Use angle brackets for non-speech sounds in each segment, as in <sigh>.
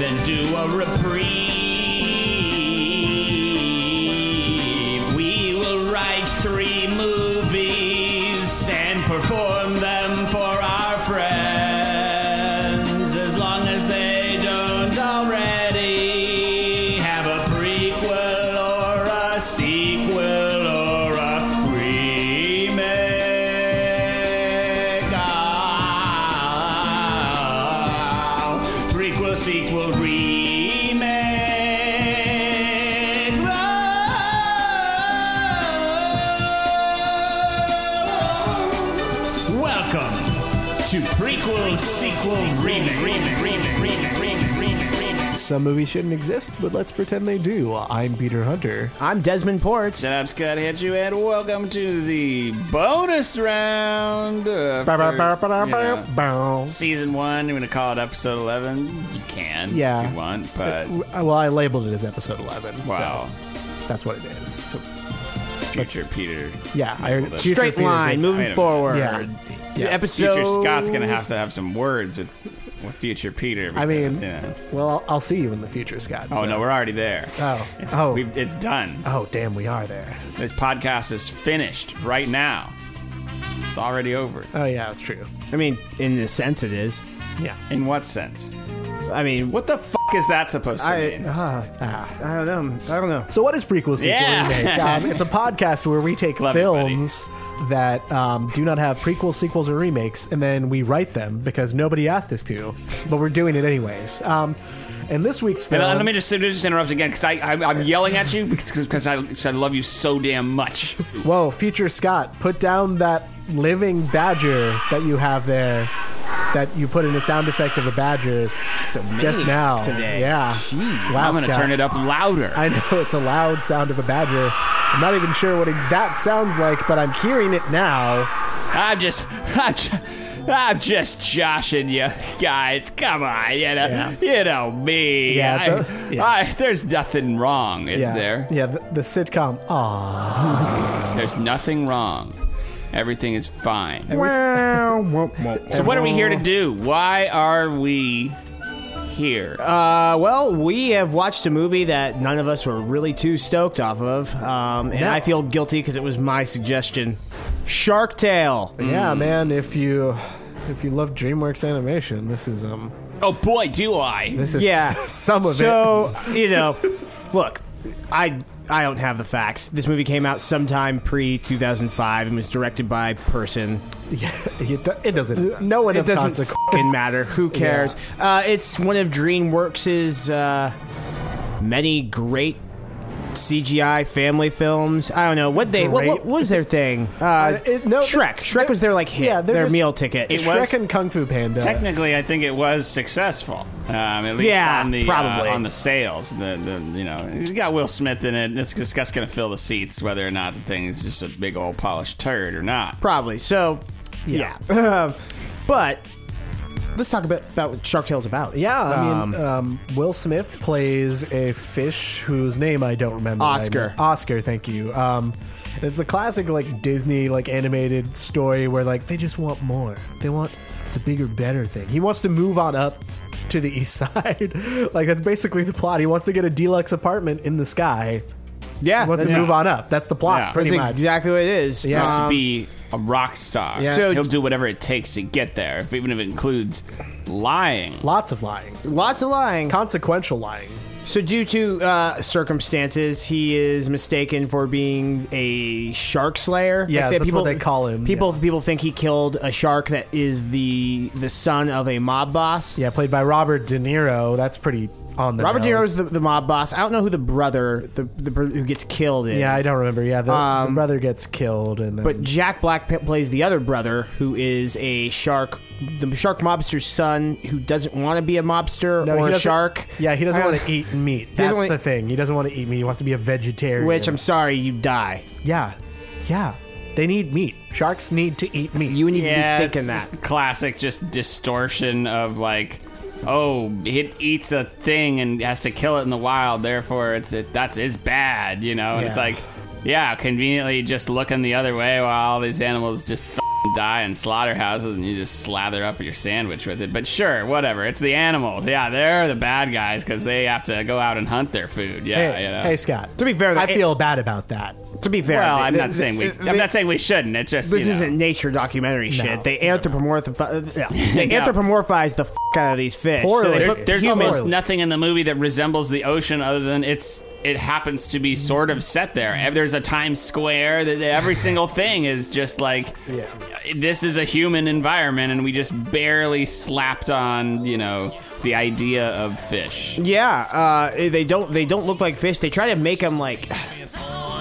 a reprieve. We will write three movies and perform them for our friends as long as they don't already have a prequel or a sequel or a remake. Ah, prequel, sequel, remake. Ah. Welcome to prequel, sequel, remake. remake, remake, remake, remake, remake, remake. Some movies shouldn't exist, but let's pretend they do. I'm Peter Hunter. I'm Desmond Ports. Shut up, Scott Hitchu, and welcome to the bonus round. uh, for, you know, Bow. season one, you want to call it episode 11? You can Yeah. if you want, but Well, I labeled it as episode 11. wow. So that's what it is. So, Future Peter. yeah, I Labeled it. future Straight Peter line, Wait did- a moving minute. forward. Yeah. Yeah. Episode. Future Scott's going to have to have some words with, with Future Peter. I mean, yeah. well, I'll, I'll see you in the future, Scott. oh, so- no, we're already there. Oh. It's, Oh. We've, it's done. Oh, damn, we are there. This podcast is finished right now. It's already over. Oh, yeah, that's true. I mean, in the sense it is. Yeah. In what sense? I mean, What the f is that supposed to I, mean? uh, Ah. I don't know. I don't know. So, what is prequel sequel Yeah. <laughs> remake? Um, it's a podcast where we take Love it, films that um, do not have prequels, sequels, or remakes, and then we write them because nobody asked us to, but we're doing it anyways. Um, and this week's And film, let me just, just interrupt again because I, I I'm yelling at you because I, 'cause I love you so damn much. whoa, future Scott, put down that living badger that you have there. That you put in a sound effect of a badger just <laughs> now. today. Yeah. Jeez. Wow, I'm going to Scott. turn it up louder. <laughs> I know it's a loud sound of a badger. I'm not even sure what it, that sounds like, but I'm hearing it now. I'm just, I'm just, I'm just joshing you guys. Come on, you know, Yeah. you know me. Yeah, it's I- a- yeah. I- there's nothing wrong, is Yeah. there? Yeah, the, the sitcom. Aw. There's nothing wrong. Everything is fine. Wow. womp, womp. so what are we here to do? Why are we here? Uh, well, we have watched a movie that none of us were really too stoked off of, um, and No. I feel guilty because it was my suggestion. Shark Tale. Yeah, man. If you if you love DreamWorks animation, this is um oh boy, do I! this is Yeah. <laughs> some of so it. <laughs> you know, look, I I don't have the facts. This movie came out sometime pre 2005 and was directed by person. <laughs> Yeah, it, do- it doesn't. No one uh, It of doesn't consequence. <laughs> fucking matter. Who cares? Uh, it's one of DreamWorks' uh, many great CGI family films. I don't know what they what, Great. what, what was their thing. Uh, it- no, Shrek. they're- Shrek was their like hit. yeah, they're their just- meal ticket. It Shrek was- and Kung Fu Panda. Technically, I think it was successful. Um, at least Yeah, on the uh, probably. on the sales. The, the you know it's got Will Smith in it. It's just that's going to fill the seats, whether or not the thing is just a big old polished turd or not. probably. So yeah, <laughs> but let's talk about about what Shark Tale's about. yeah, I mean, um, Will Smith plays a fish whose name I don't remember. Oscar. Oscar, thank you. Um, it's the classic like Disney like animated story where like they just want more. They want the bigger, better thing. He wants to move on up to the <laughs> east side. like that's basically the plot. He wants to get a deluxe apartment in the sky. yeah. He wants that's- to move on up. That's the plot, Yeah. pretty That's much. exactly what it is. Yeah. Wants to Um, be a rock star. Yeah. So- He'll do whatever it takes to get there, if, even if it includes lying. Lots of lying, lots of lying. consequential lying. So, due to uh, circumstances, he is mistaken for being a shark slayer. Yeah, that that's what they call him, People people think he killed a shark that is the the son of a mob boss. Yeah, played by Robert De Niro. That's pretty on the Robert De nose. Niro's the, the mob boss. I don't know who the brother the, the br- who gets killed is. Yeah, I don't remember. Yeah, the, the Um, brother gets killed, and then, But Jack Black p- plays the other brother, who is a shark, the shark mobster's son, who doesn't want to be a mobster No, he or a doesn't- shark. Yeah, he doesn't I don't- want to eat meat. doesn't That's wanna- the thing. He doesn't want to eat meat. He wants to be a vegetarian. Which I'm sorry, you die. yeah, yeah. They need meat. Sharks need to eat meat. You need yeah, to be thinking it's that. just classic, just distortion of like, oh, it eats a thing and has to kill it in the wild, therefore it's it, that's it's bad, you know. And it's Yeah. like, yeah, conveniently just looking the other way while all these animals just f die in slaughterhouses and you just slather up your sandwich with it. But sure, whatever. It's the animals. Yeah, they're the bad guys because they have to go out and hunt their food. Yeah, hey, you know. hey, Scott. To be fair, though, I it- feel bad about that. To be fair, well, they- I'm they- not saying we. they- I'm not saying we shouldn't. It's just This you know. isn't nature documentary shit. They anthropomorphize. <laughs> They No. anthropomorphize the f- out of these fish. Poorly. So they There's- put There's Humor. almost nothing in the movie that resembles the ocean other than it's it happens to be sort of set there. Ev- There's a Times Square. th- th- Every single thing is just like this is a human environment, and we just barely slapped on you know the idea of fish. Yeah, uh, they don't they don't look like fish. They try to make them like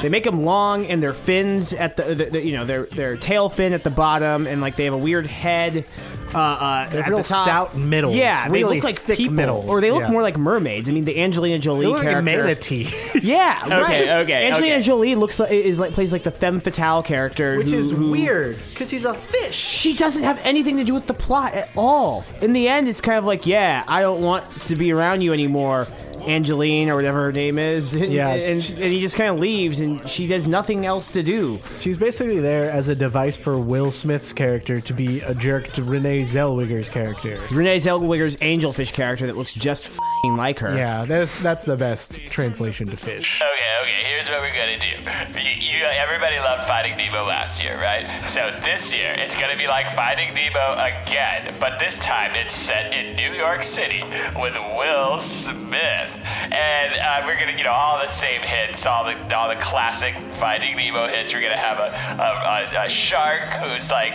they make them long and their fins at the, the, the- you know their their tail fin at the bottom and like they have a weird head. Uh, uh, They're at real the top. stout middles, Yeah, they really look like thick people, middles, or they look yeah. more like mermaids. I mean, the Angelina Jolie They look like a character. manatee. <laughs> Yeah, Okay, right. okay, Angelina okay. Jolie looks like is like plays like the femme fatale character, Which who- is who- weird because he's a fish. She doesn't have anything to do with the plot at all. In the end, it's kind of like, yeah, I don't want to be around you anymore, Angeline or whatever her name is. <laughs> And, Yeah. and, and he just kind of leaves, and she has nothing else to do. She's basically there as a device for Will Smith's character to be a jerk to Renee Zellweger's character. Renee Zellweger's angelfish character that looks just fing like her. Yeah, that's that's the best translation to fish. Okay, okay, here's what we're gonna do. You, you, everybody loved Finding Nemo last year, right? So this year, it's gonna be like Finding Nemo again, but this time it's set in New York City with Will Smith. And uh, we're gonna, you know, all the same hits, all the all the classic Finding Nemo hits. We're gonna have a, a, a, a shark who's like,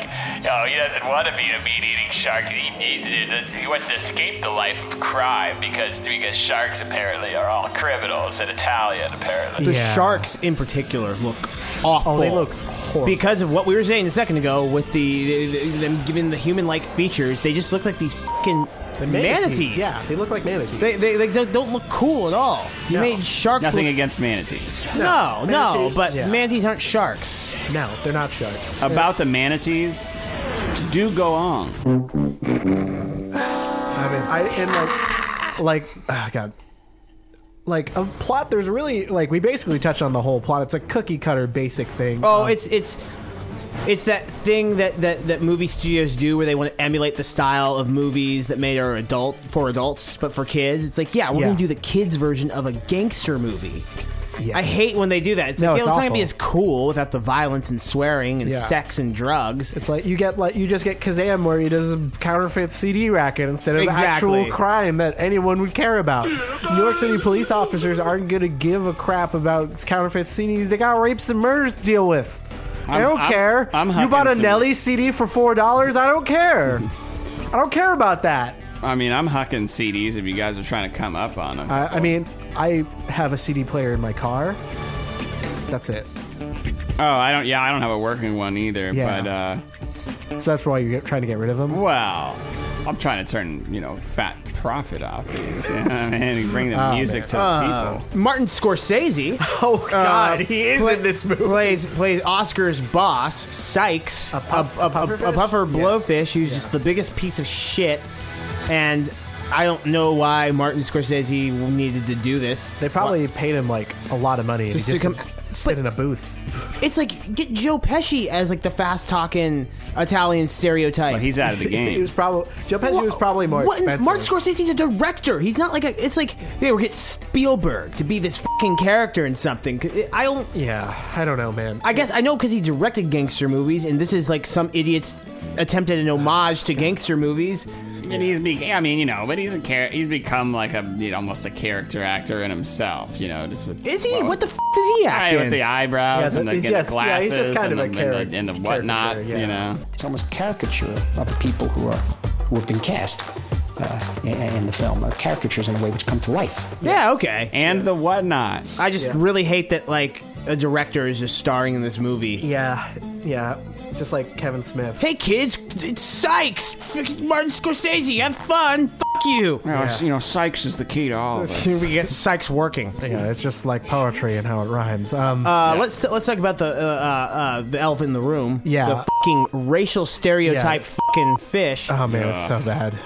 oh, he doesn't want to be a meat-eating shark. He, he, he wants to escape the life of crime because because sharks apparently are all criminals and Italian apparently. The Yeah. sharks in particular look awful. Oh, they look horrible. because of what we were saying a second ago with the, the- the- them giving the human-like features, they just look like these fucking manatees. Yeah, they look like manatees. They, they, they don't don't look cool at all. You No. made sharks Nothing look against manatees. No, no, Manatee- but yeah. manatees aren't sharks. no, they're not sharks. About the manatees, do go on. I mean, I and like like ah, god. Like a plot, there's really like we basically touched on the whole plot. It's a cookie cutter basic thing. Um, Oh, it's it's it's that thing that, that that movie studios do where they want to emulate the style of movies that made are adult for adults, but for kids. It's like, yeah, we're Yeah. gonna do the kids version of a gangster movie. Yeah. I hate when they do that. It's No, like, it's yeah, it's not gonna be awful. as cool without the violence and swearing and Yeah. sex and drugs. It's like you get like you just get Kazam where he does a counterfeit CD racket instead of Exactly. actual crime that anyone would care about. New York City police officers aren't going to give a crap about counterfeit CDs. They got rapes and murders to deal with. I'm, I I'm- do not I'm- care. I'm you hucking bought a some- Nelly CD for four dollars. I don't care. I don't care about that. I mean, I'm hucking CDs if you guys are trying to come up on them. I, I mean, I have a CD player in my car. That's it. oh, I don't. Yeah, I don't have a working one either. Yeah. But uh, So that's why you're get- trying to get rid of them. Well, I'm trying to turn you know fat profit off these, you know what I mean, <laughs> and bring Ah, the music to the people. Martin Scorsese. Oh uh, play- Plays plays Oscar's boss Sykes, a, puff- a- a- pufferfish? a puffer Yeah. blowfish, who's just the biggest piece of shit. And I don't know why Martin Scorsese needed to do this. They probably paid him like a lot of money and Just he to just come- sit in a booth. <laughs> It's like get Joe Pesci as like the fast talking Italian stereotype. But he's out of <laughs> the He game. was probably Joe Pesci Wha- was probably more what- expensive. Martin Scorsese's a director. He's not like a. It's like they were get Spielberg to be this fucking character in something. 'Cause it- I don't. yeah, I don't know, man. I guess I know because he directed gangster movies, and this is like some idiot's attempt at an homage to gangster movies. and he's be- I mean, you know, but he's a char- he's become like a you know, almost a character actor in himself. You know, just with Is he? well, what the f- is he guy acting? with the eyebrows Yeah, and the, he's and the just- yeah, glasses he's just kind and, of the, a and the, and the caricature, whatnot. yeah. You know, It's almost caricature of the people who are who have been cast uh, in, in the film. Uh, caricatures in a way which come to life. yeah, okay. and the whatnot. I just really hate that like a director is just starring in this movie. Yeah, yeah, just like Kevin Smith. Hey kids, it's Sykes, Freaking Martin Scorsese. Have fun. Fuck you. You know, s- you know, Sykes is the key to <laughs> all of it. we get Sykes working. Yeah, it's just like poetry and how it rhymes. Um, Uh, Let's let's talk about the uh, uh, uh, the elf in the room. Yeah. the fucking racial stereotype Yeah. fucking fish. oh man, it's so bad.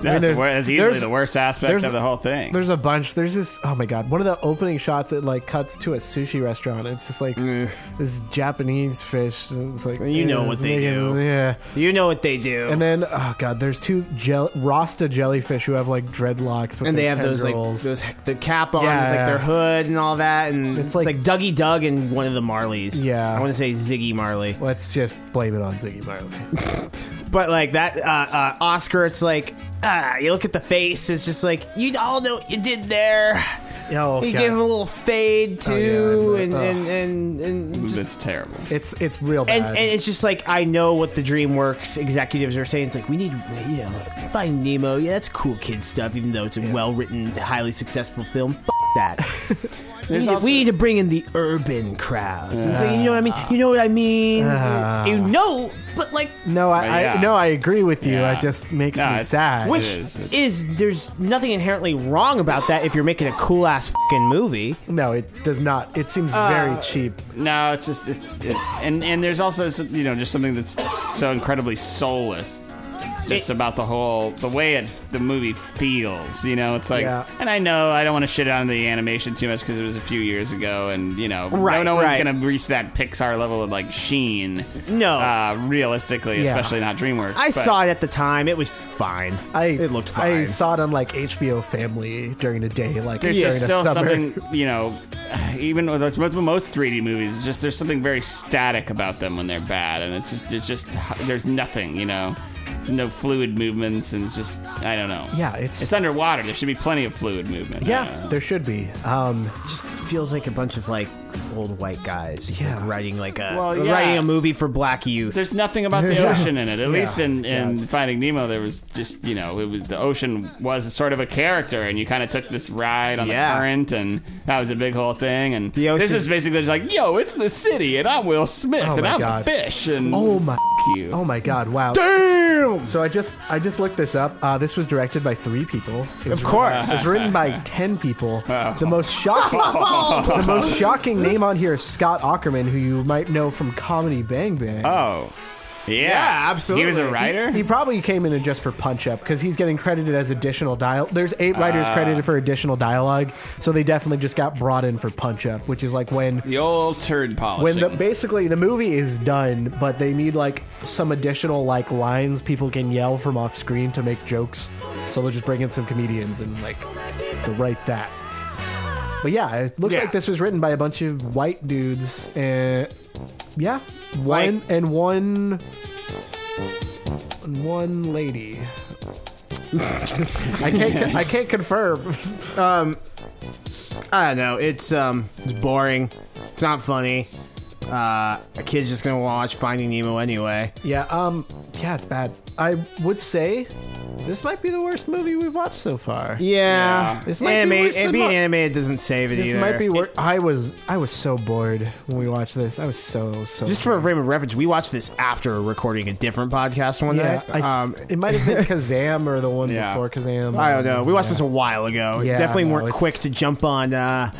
That's, the there's- wor- that's easily there's- the worst aspect there's- of the whole thing. There's a bunch. There's this. Oh my god! One of the opening shots it like cuts to a sushi restaurant. It's just like this Japanese fish. and It's like Eh. You know eh, what it's they do. Yeah. You know what they do. And then oh god, there's two gel- Rasta jellyfish who have like dreadlocks. With and they their have those like tendrils. those the cap on, Yeah, it's like yeah. their hood and all that, and it's like, like- Dougie Doug and one of the Marleys. Yeah. I want to say Ziggy Marley, Let's just blame it on Ziggy Marley. but like that uh, uh, Oscar, it's like ah, you look at the face, it's just like you all know what you did there. Oh, You God. gave him a little fade Oh, yeah, I too, know. and, Ugh. and and and just- it's terrible. It's it's real bad. and, and it's just like I know what the DreamWorks executives are saying. It's like we need, you know, Finding Nemo. Yeah, that's cool kid stuff. Even though it's a well-written, highly successful film, F- that. we, need, also- we need to bring in the urban crowd. It's like, you know what I mean? You know what I mean? Ah. you know, but like, no, I, But I yeah. no, I agree with you. Yeah. It just makes No, me it's- sad. Wait. which is. is, there's nothing inherently wrong about that if you're making a cool ass fucking movie. No, it does not. It seems Uh, very cheap. No, it's just it's it, and and there's also some- you know just something that's so incredibly soulless, just It- about the whole the way it the movie feels. You know, it's like, Yeah. and I know I don't want to shit on the animation too much because it was a few years ago, and you know, Right, no, no one's right. gonna reach that Pixar level of like Sheen. No. uh, realistically, Yeah. especially not DreamWorks. I but- saw it at the time. It was fine. I it looked fine. I saw it on like HBO Family during the day, like There's during just the still summer. something, you know, <sighs> even with with most 3D movies, it's just there's something very static about them when they're bad, and it's just it's just there's nothing, you know, there's no fluid movements, and it's just I don't know. Yeah, it's- it's underwater. There should be plenty of fluid movement. I don't Yeah, know. there should be. Um, just feels like a bunch of like old white guys just Yeah. like writing like a Well, yeah. writing a movie for black youth. There's nothing about <laughs> the ocean in it. At least in, Yeah. in Finding Nemo, there was just you know it was the ocean was sort of a character, and you kind of took this ride on Yeah. the current, and that was a big whole thing. And The this ocean- is basically just like, yo, it's the city, and I'm Will Smith, Oh and my I'm God. a fish, and oh my, f- you. oh my God! Wow. Damn. So I just I just looked this up. Uh, this was directed by three people. It was of course. It was written by ten people. The <laughs> most shocking, the most shocking name on here is Scott Ackerman, who you might know from Comedy Bang Bang. Oh. Yeah. Yeah, He was absolutely. a writer. He probably came in just for punch up because he's getting credited as additional dial. There's eight writers Ah. credited for additional dialogue, so they definitely just got brought in for punch up, which is like when the old turd when polishing. the basically the movie is done, but they need like some additional like lines people can yell from off screen to make jokes. So they'll just bring in some comedians and like to write that. But yeah, it looks Yeah. like this was written by a bunch of white dudes and yeah, one White. and one and one lady. <laughs> I can't. I can't confirm. I don't know. It's um it's boring. It's not funny. Uh, a kid's just gonna watch Finding Nemo anyway. Yeah, um, yeah, it's bad. I would say this might be the worst movie we've watched so far. Yeah, Yeah. This might be Animate- worse than and being mine. animated doesn't save it This either. might be worse. I was I was so bored when we watched this. I was so so. Just for a frame of reference, we watched this after recording a different podcast one yeah, night. I, um, it might have <laughs> been Kazam or the one Yeah. before Kazam. I don't know. We watched Yeah. this a while ago. Yeah, Definitely no, weren't it's- quick to jump on uh,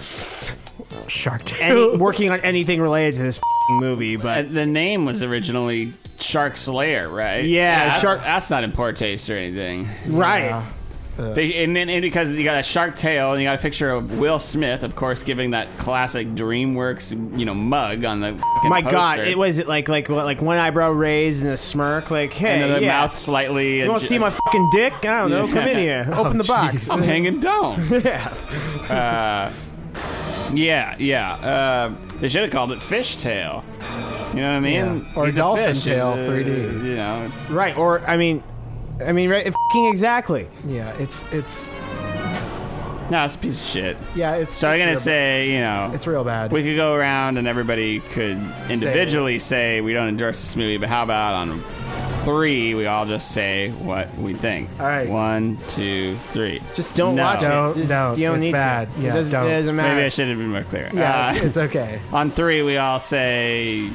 Shark <laughs> any, <laughs> Tale. working on anything related to this movie, but Uh, the name was originally Shark Slayer, right? Yeah, that's, Shark- That's not in poor taste or anything. right. They- and then and because you got a shark tail and you got a picture of Will Smith, of course, giving that classic DreamWorks, you know, mug on the. fucking My God, poster. it was it like like like one eyebrow raised and a smirk, like And hey, then the yeah. mouth slightly. You want to see my fucking dick? I don't know. Yeah. Oh, Come in here. Open the box. <laughs> I'm hanging down. <laughs> Uh, Yeah. yeah, yeah. Uh, they should have called it fishtail. You know what I mean? Yeah. Or He's a dolphin fish, tail uh, 3D. You know, it's Right. Or I mean, I mean, right? Fucking exactly. yeah, it's it's no, it's a piece of shit. yeah, it's. So I'm it's gonna real- say, you know, it's real bad. we could go around and everybody could individually say, we don't endorse this movie, but how about on three we all just say what we think? All right. one, two, three. Just don't No. watch it. Don't- Just- no, You don't it's need bad. to. Yeah, it, doesn't, don't. it doesn't matter. Maybe I should have been more clear. yeah, Uh, it's, it's okay. <laughs> on three, we all say.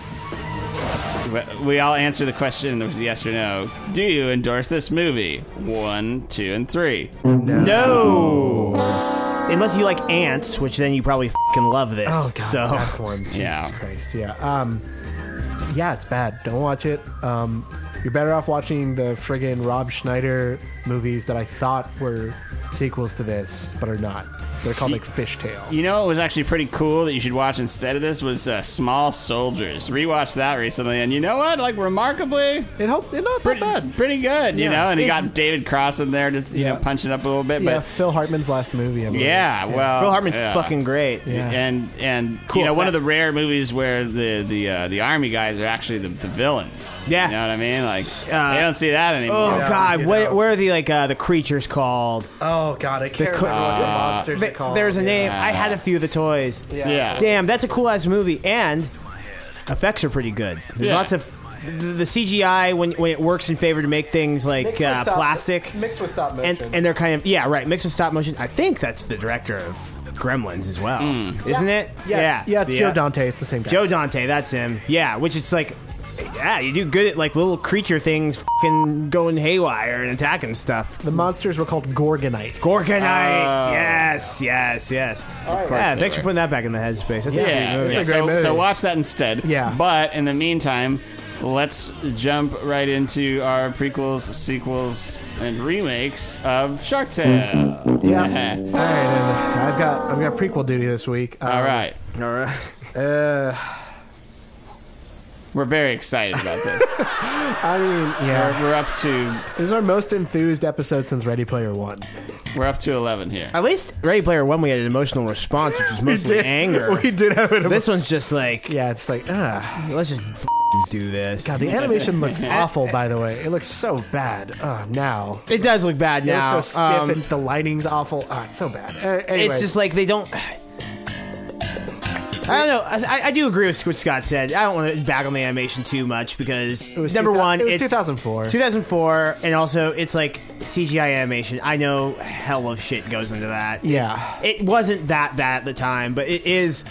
We all answer the question that was yes or no. Do you endorse this movie? One, two, and three. No. Unless you like ants, which then you probably fucking love this. Oh god, so <laughs> that's one. Jesus Yeah. Christ, yeah. Um, yeah, it's bad. Don't watch it. Um, You're better off watching the friggin' Rob Schneider movies that I thought were sequels to this, but are not. They're called like Fishtail. You know what was actually pretty cool that you should watch instead of this was uh, Small Soldiers. Rewatched that recently, and you know what? Like remarkably, It helped. It, no, it's pretty, not bad. pretty good. You Yeah. know, and he It's- got David Cross in there, just you Yeah. know, punching up a little bit. yeah, but Phil Hartman's last movie. I believe. yeah, well, Phil Hartman's Oh, yeah. fucking great. Yeah. And and Cool you know, one fact. of the rare movies where the the uh, the army guys are actually the, the villains. Yeah. you know what I mean. Like I don't see that anymore. Oh God, you what, know. where are the like uh, the creatures called? Oh god, I can't The co- remember what the Uh, monsters Th- are called. There's a Yeah. name. I had a few of the toys. Yeah. Damn, that's a cool ass movie, and effects are pretty good. There's Yeah. lots of the, the CGI when when it works in favor to make things like Mixed with uh, stop- plastic, mixed with stop and motion. and they're kind of yeah right mixed with stop motion. I think that's the director of Gremlins as well, Hmm. isn't it? yeah, it's, yeah, it's The, Joe uh, Dante. It's the same guy. Joe Dante, that's him. Yeah, which it's like, yeah, you do good at like little creature things fing going haywire and attacking stuff. The monsters were called Gorgonites. Gorgonites, Oh. yes, yes, yes. Of course yeah, they thanks were. for putting that back in the headspace. That's Yeah, a sweet movie. yeah. It's a great so, movie. so watch that instead. Yeah. But in the meantime, let's jump right into our prequels, sequels, and remakes of Shark Tale. Yeah. All right, and I've got I've got prequel duty this week. Um, All right, All right. <laughs> Uh, we're very excited about <laughs> this. I mean, yeah, we're, we're up to this is our most enthused episode since Ready Player One. we're up to eleven here. Uh, At least Ready Player One, we had an emotional response, which <laughs> was mostly anger. We did have it. this one's just like, yeah, it's like ah, let's just f- do this. God, the animation <laughs> looks awful. By the way, it looks so bad. Ah, now. It does look bad It now. looks so stiff Um, and the lighting's awful. Ah, it's so bad. Uh, it's just like they don't. I don't know. I, I do agree with what Scott said. I don't want to back on the animation too much because number one, It was it's 2004. 2004, and also it's like CGI animation. I know hell of shit goes into that. Yeah. It's- it wasn't that bad at the time, but it is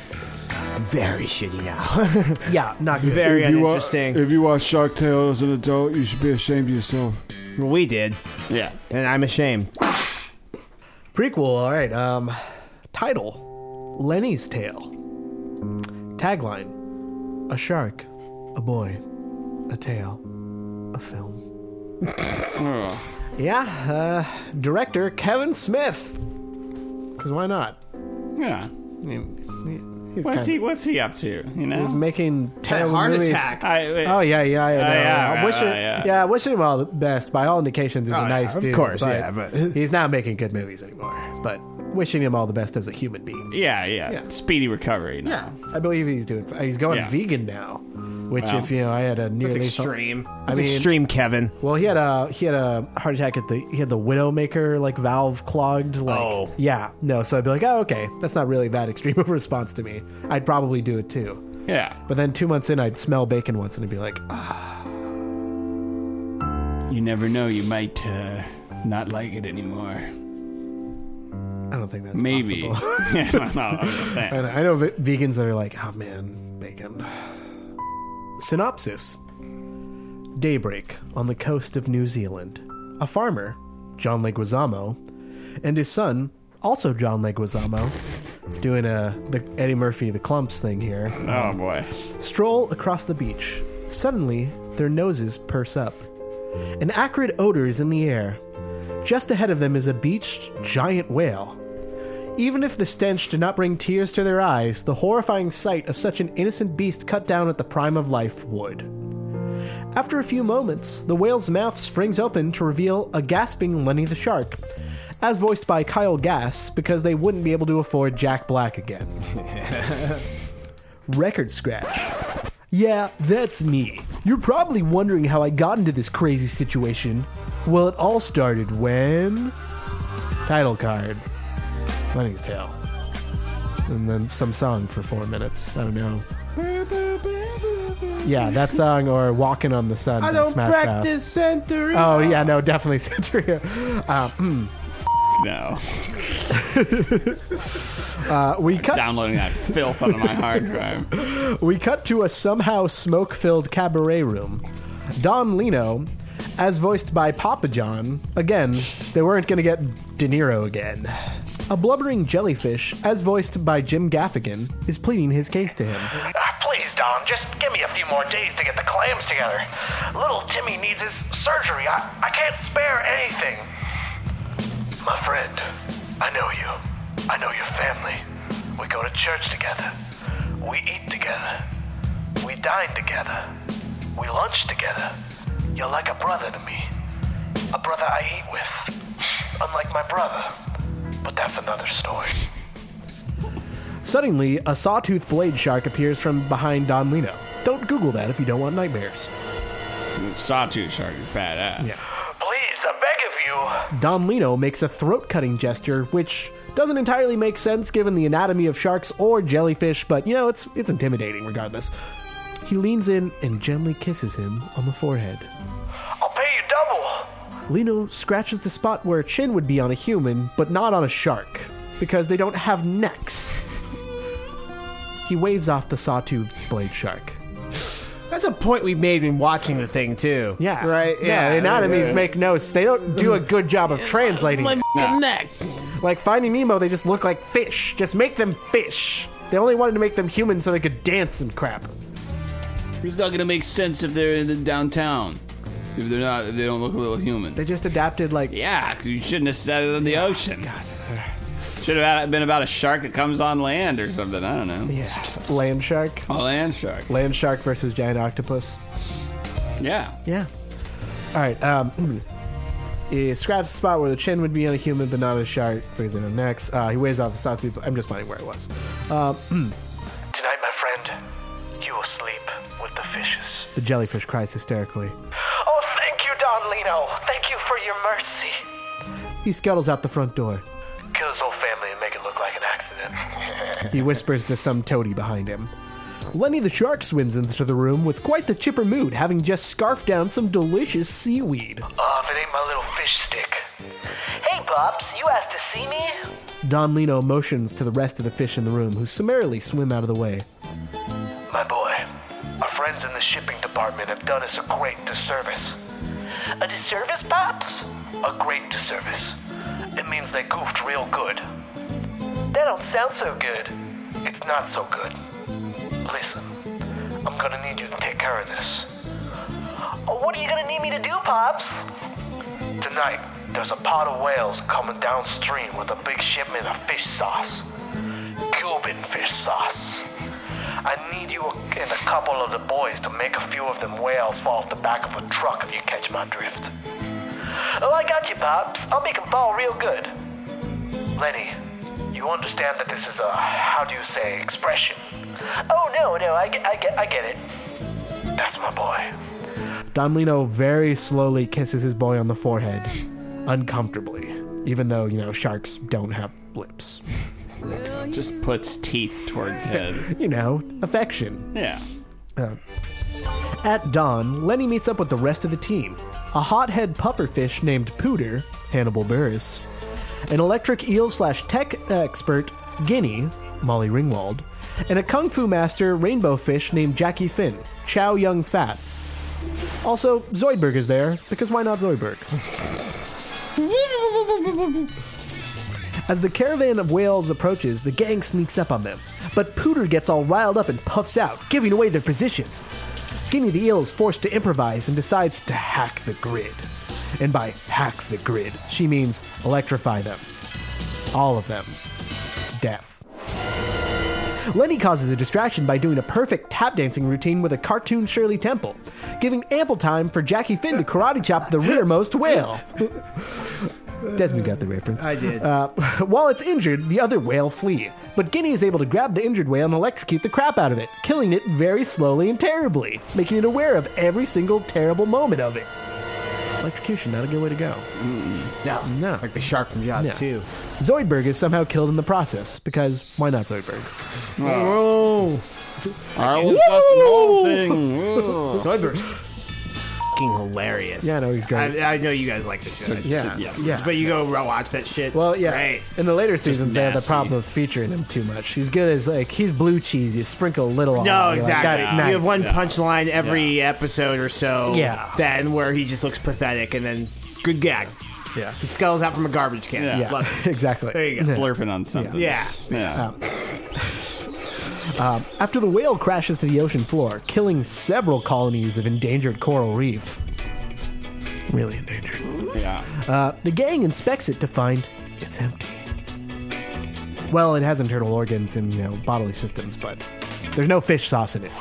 very shitty now. <laughs> yeah, not good. very If you wa- uninteresting. if you watch Shark Tale as an adult, you should be ashamed of yourself. we did, Yeah. and I'm ashamed. Prequel, all right. Um, title Lenny's Tale. Tagline A shark, a boy, a tale, a film. yeah, uh, director Kevin Smith. Because why not? Yeah. I mean, He's, what's kinda- he What's he up to? You he's know. making terrible heart movies. attack. I, uh, Oh yeah, yeah, I know. yeah, I wish right, him, right, yeah. yeah. I wish him all the best. By all indications, he's Oh, a nice yeah, of dude. course, yeah, but- he's not making good movies anymore. But wishing him all the best as a human being. yeah, yeah, Yeah. Speedy recovery. Now. I believe he's doing. He's going Yeah. vegan now, which Wow. if you know, I had a nearly It's extreme. I It's mean- extreme, Kevin. Well, he had a he had a heart attack at the he had the Widowmaker like valve clogged. Like, Oh. yeah, no. So I'd be like, oh, okay, that's not really that extreme of a response to me. I'd probably do it too. Yeah. But then two months in, I'd smell bacon once and I'd be like, ah, You never know. You might uh, not like it anymore. I don't think that's Maybe. possible. <laughs> yeah, no, I'm just saying. And I know ve- vegans that are like, oh man, bacon. Synopsis Daybreak on the coast of New Zealand. A farmer, John Leguizamo, and his son, also John Leguizamo, doing a the Eddie Murphy the clumps thing here, Oh boy. stroll across the beach. Suddenly, their noses purse up. An acrid odor is in the air. Just ahead of them is a beached giant whale. Even if the stench did not bring tears to their eyes, the horrifying sight of such an innocent beast cut down at the prime of life would. After a few moments, the whale's mouth springs open to reveal a gasping Lenny the Shark, as voiced by Kyle Gass, because they wouldn't be able to afford Jack Black <laughs> again. Record scratch. Yeah, that's me. You're probably wondering how I got into this crazy situation. Well, it all started when. Title card Lenny's Tale. And then some song for four minutes. I don't know. Yeah, that song or Walking on the Sun. I don't Smash practice century. Oh, yeah, no, definitely century. No. Uh, we cut Downloading that filth onto my hard drive. We cut to a somehow smoke filled cabaret room. Don Lino, as voiced by Papa John, again, they weren't going to get De Niro again. A blubbering jellyfish, as voiced by Jim Gaffigan, is pleading his case to him. I Ah, Please, Don, just give me a few more days to get the clams together. Little Timmy needs his surgery. I, I can't spare anything. My friend, I know you. I know your family. We go to church together. We eat together. We dine together. We lunch together. You're like a brother to me. A brother I eat with. Unlike my brother. But that's another story. Suddenly, a sawtooth blade shark appears from behind Don Lino. Don't Google that if you don't want nightmares. Sawtooth shark is badass. Yeah. Please, I beg of you. Don Lino makes a throat cutting gesture, which doesn't entirely make sense given the anatomy of sharks or jellyfish, but you know, it's, it's intimidating regardless. He leans in and gently kisses him on the forehead. I'll pay you double. Lino scratches the spot where a chin would be on a human, but not on a shark, because they don't have necks. He waves off the sawtooth blade shark. That's a point we made in watching the thing too. Yeah. Right. Yeah. the anatomies make no. They don't do a good job of translating. My Nah. f***ing neck. Like Finding Nemo, they just look like fish. Just make them fish. They only wanted to make them human so they could dance and crap. It's not gonna make sense if they're in the downtown. If they're not, if they don't look a little human. They just adapted like Yeah, 'cause you shouldn't have said it in the ocean. Should have had- been about a shark that comes on land or something. I don't know. yeah, land shark, A land shark. land shark versus giant octopus. Yeah. Yeah. All right. Um, <clears throat> he scratched the spot where the chin would be on a human, but not on a shark. Brings it on next. Uh, he weighs off the south people. I'm just finding where it was. Tonight, my friend, you will sleep with the fishes. The jellyfish cries hysterically. Oh, thank you, Don Lino. Thank you for your mercy. He scuttles out the front door. Kill his whole family and make it look like <laughs> an accident. He whispers to some toady behind him. Lenny the shark swims into the room with quite the chipper mood, having just scarfed down some delicious seaweed. oh, if it ain't my little fish stick. Hey, Pops, you asked to see me? Don Lino motions to the rest of the fish in the room, who summarily swim out of the way. My boy, our friends in the shipping department have done us a great disservice. A disservice, Pops? A great disservice. It means they goofed real good. That don't sound so good. It's not so good. Listen, I'm gonna need you to take care of this. Oh, what are you gonna need me to do, Pops? Tonight, there's a pot of whales coming downstream with a big shipment of fish sauce. Cuban fish sauce. I need you and a couple of the boys to make a few of them whales fall off the back of a truck if you catch my drift. Oh, I got you, Pops. I'll make them fall real good. Lenny, you understand that this is a, how do you say, expression? Oh, no, no, I, ge- I, ge- I get it. That's my boy. Don Lino very slowly kisses his boy on the forehead, uncomfortably, even though, you know, sharks don't have lips. Just puts teeth towards head. You know, affection. Yeah. At dawn, Lenny meets up with the rest of the team a hothead pufferfish named Pooter, Hannibal Burris, an electric eel slash tech expert, Guinea, Molly Ringwald, and a kung fu master rainbow fish named Jackie Finn, Chow Young Fat. Also, Zoidberg is there, because why not Zoidberg? As the caravan of whales approaches, the gang sneaks up on them, but Pooter gets all riled up and puffs out, giving away their position. Guinea the Eel is forced to improvise and decides to hack the grid. And by hack the grid, she means electrify them. All of them. To death. Lenny causes a distraction by doing a perfect tap dancing routine with a cartoon Shirley Temple, giving ample time for Jackie Finn to karate chop the rearmost whale. Desmond got the reference. I did. Uh, while it's injured, the other whale flee, but Guinea is able to grab the injured whale and electrocute the crap out of it, killing it very slowly and terribly, making it aware of every single terrible moment of it. Electrocution, not a good way to go. No. No. Like the shark from Jaws Yeah. too. Zoidberg is somehow killed in the process, because why not Zoidberg? Oh. Arl was just the whole <laughs> thing. Ooh. Zoidberg's fucking hilarious. Yeah, I know he's great. I, I know you guys like this show. yeah, yeah. yeah. But you go watch that shit. Well, yeah. Great. In the later seasons, they have the nasty. problem of featuring him too much. He's good as like he's blue cheese. You sprinkle a little. No, on him, you're like, exactly. Oh, That's You nice. have one punchline every episode or so. Yeah. Then where he just looks pathetic and then good gag. <laughs> Yeah. He skulls out from a garbage can. Yeah. Yeah. Love <laughs> it. exactly. There you go. Slurping on something. Yeah. Yeah. Um, after the whale crashes to the ocean floor, killing several colonies of endangered coral reef. Really endangered. Yeah. Uh, the gang inspects it to find it's empty. Well, it has internal organs and you know, bodily systems, but there's no fish sauce in it.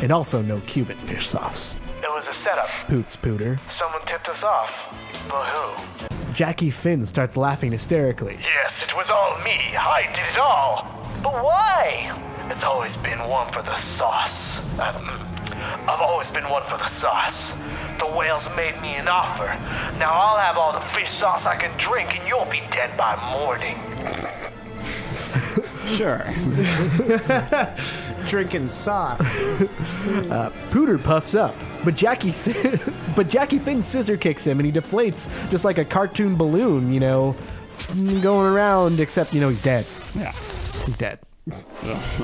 And also no Cuban fish sauce. It was a setup. Poots Pooter. Someone tipped us off. But who? Jackie Finn starts laughing hysterically. Yes, it was all me. I did it all. But why? It's always been one for the sauce. Um, I've always been one for the sauce. The whales made me an offer. Now I'll have all the fish sauce I can drink, and you'll be dead by morning. Sure. <laughs> Drinking sauce. Uh, Pooter puffs up, but Jackie, <laughs> Sin- but Jackie Finn scissor kicks him, and he deflates just like a cartoon balloon, you know, going around. Except you know he's dead. Yeah. He's dead.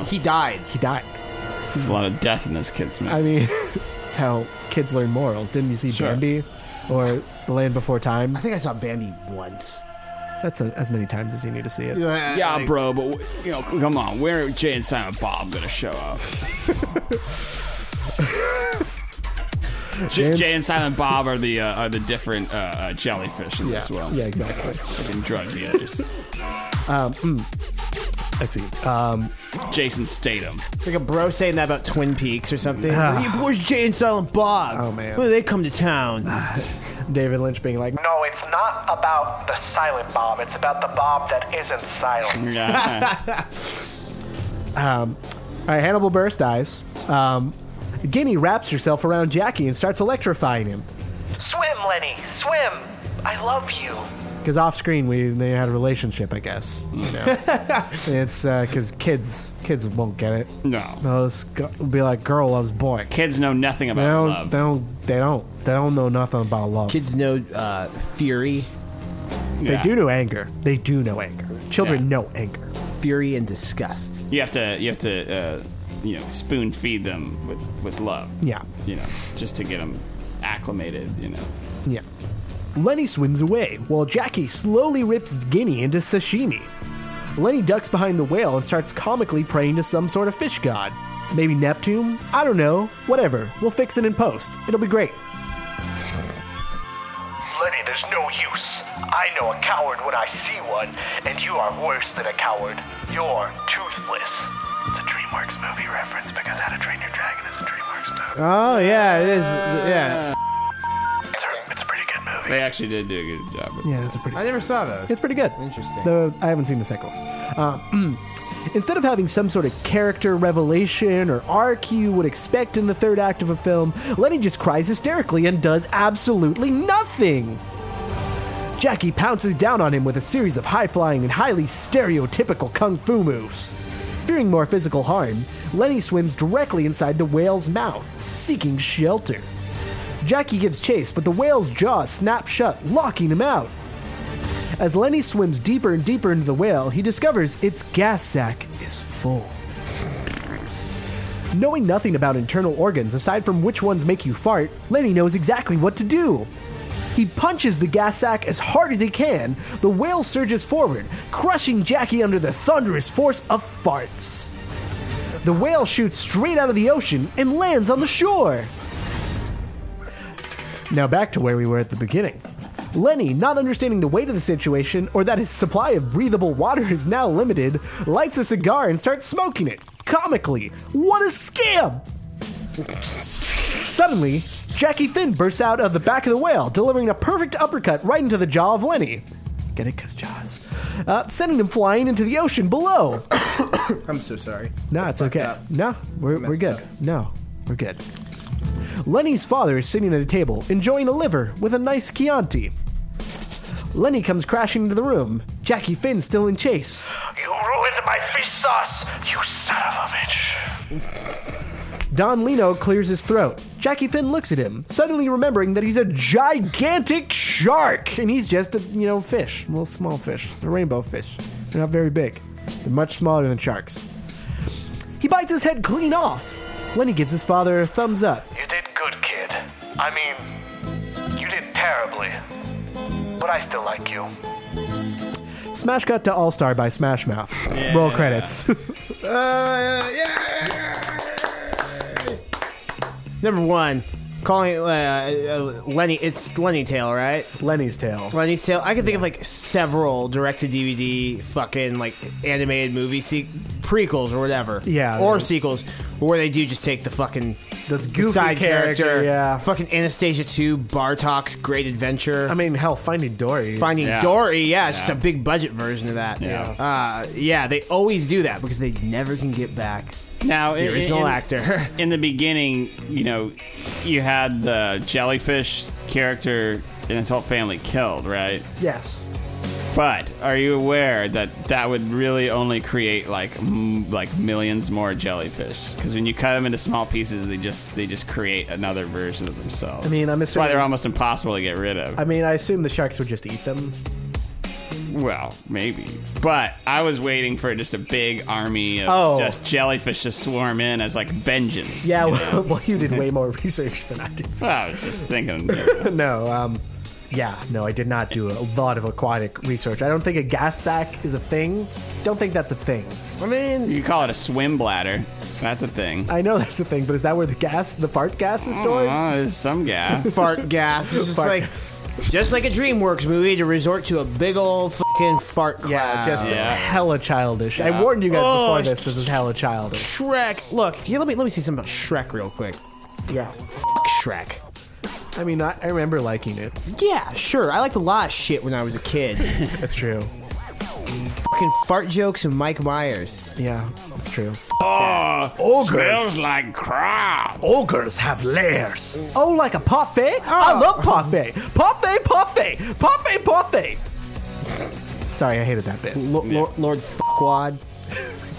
He died. He died. There's a lot of death in this kid's man. I mean, <laughs> that's how kids learn morals. Didn't you see Sure. Bambi or The Land Before Time? I think I saw Bambi once. That's a, as many times as you need to see it. yeah, bro, but w- you know, come on, where are Jay and Simon Bob gonna show up? J- Jay and- Jay and Silent Bob are the uh, are the different uh, uh, jellyfish in this world. Yeah, exactly. Fucking drug dealers. hmm. Let's see. Um, Jason Statham. It's like a bro saying that about Twin Peaks or something. Where's Jay and Silent Bob? Oh, man. When do they come to town? David Lynch being like, No, it's not about the silent Bob. It's about the Bob that isn't silent. Yeah. <laughs> um, all right, Hannibal Burst dies. Um, Guinea wraps herself around Jackie and starts electrifying him. Swim, Lenny, swim. I love you. Because off screen, we they had a relationship, I guess. You <laughs> know, it's because kids kids won't get it. no. They'll just go- be like, "Girl loves boy." Kids know nothing They about don't, love. they don't they don't they don't know nothing about love. Kids know uh, fury, they Yeah. do know anger. They do know anger. Children Yeah. know anger. fury and disgust. You have to you have to uh, you know spoon feed them with with love. Yeah, You know, just to get them acclimated. You know. yeah. Lenny swims away while Jackie slowly rips Guinea into sashimi. Lenny ducks behind the whale and starts comically praying to some sort of fish god. Maybe Neptune? I don't know. Whatever. We'll fix it in post. It'll be great. Lenny, there's no use. I know a coward when I see one, and you are worse than a coward. You're toothless. It's a DreamWorks movie reference because How to Train Your Dragon is a DreamWorks movie. Oh yeah, it is. Yeah, It's a, it's a pretty good movie. They actually did do a good job. With Yeah, that's a pretty. I never saw those. It's pretty good. Interesting. Though I haven't seen the second one. Uh, instead of having some sort of character revelation or arc you would expect in the third act of a film, Lenny just cries hysterically and does absolutely nothing. Jackie pounces down on him with a series of high flying and highly stereotypical kung fu moves. Fearing more physical harm, Lenny swims directly inside the whale's mouth, seeking shelter. Jackie gives chase, but the whale's jaws snap shut, locking him out. As Lenny swims deeper and deeper into the whale, he discovers its gas sac is full. Knowing nothing about internal organs aside from which ones make you fart, Lenny knows exactly what to do. He punches the gas sac as hard as he can. The whale surges forward, crushing Jackie under the thunderous force of farts. The whale shoots straight out of the ocean and lands on the shore. Now back to where we were at the beginning. Lenny, not understanding the weight of the situation or that his supply of breathable water is now limited, lights a cigar and starts smoking it. Comically, what a scam! Suddenly, Jackie Finn bursts out of the back of the whale, delivering a perfect uppercut right into the jaw of Lenny. Get it, cause jaws. Uh, sending him flying into the ocean below. I'm so sorry. No, it's okay. up. No, we're, we're messed good. up. No, we're good. Lenny's father is sitting at a table, enjoying a liver with a nice Chianti. Lenny comes crashing into the room. Jackie Finn still in chase. You ruined my fish sauce, you son of a bitch. Don Lino clears his throat. Jackie Finn looks at him, suddenly remembering that he's a gigantic shark, and he's just a you know fish, a little small fish, it's a rainbow fish. They're not very big. They're much smaller than sharks. He bites his head clean off. Lenny gives his father a thumbs up. You did good, kid. I mean, you did terribly. But I still like you. Smash cut to All Star by Smash Mouth. Roll credits. <laughs> Uh, Number one, calling uh, uh, Lenny. It's Lenny Tail, right? Lenny's Tale. Lenny's Tale. I can think of like several direct to DVD fucking like animated movie se- prequels or whatever. Yeah, Or there's- sequels where they do just take the fucking The goofy side character, character. yeah. Fucking Anastasia 2, Bartok's Great Adventure. I mean, hell, Finding Dory. is- Finding Yeah. Dory, yeah, it's just a big budget version of that. Yeah. Uh, yeah, they always do that because they never can get back Now, the in- original in- actor. in the beginning, you know, you had the jellyfish character and his whole family killed, right? Yes. But are you aware that that would really only create like m- like millions more jellyfish? Because when you cut them into small pieces, they just they just create another version of themselves. I mean, I'm that's why assuming- they're almost impossible to get rid of. I mean, I assume the sharks would just eat them. well, maybe. But I was waiting for just a big army of Oh. just jellyfish to swarm in as like vengeance. Yeah, well, <laughs> well, you did way more research than I did. So I was just thinking. you know. No, um, yeah, no, I did not do a lot of aquatic research. I don't think a gas sack is a thing. Don't think that's a thing. I mean, You call it a swim bladder. That's a thing. I know that's a thing, but is that where the gas, the fart gas, is stored? Oh, there's some gas. <laughs> fart gas. It's just Fart like gas. just like a DreamWorks movie to resort to a big old fucking fart cloud. Yeah, just Yeah. hella childish. I Yeah. warned you guys Oh, before this. This is hella childish. Shrek. Look, here, let me let me see something about Shrek real quick. Yeah, Fuck Shrek. I mean, I, I remember liking it. Yeah, sure. I liked a lot of shit when I was <laughs> a kid. That's true. fucking fart jokes and Mike Myers. Yeah, that's true. Oh, Ogres. smells like crap. Ah, Ogres have Ah. lairs. Oh, like a parfait? I love parfait. Parfait, parfait, parfait, parfait. Sorry, I hated that bit. Lo- Lord, Lord Fuckwad.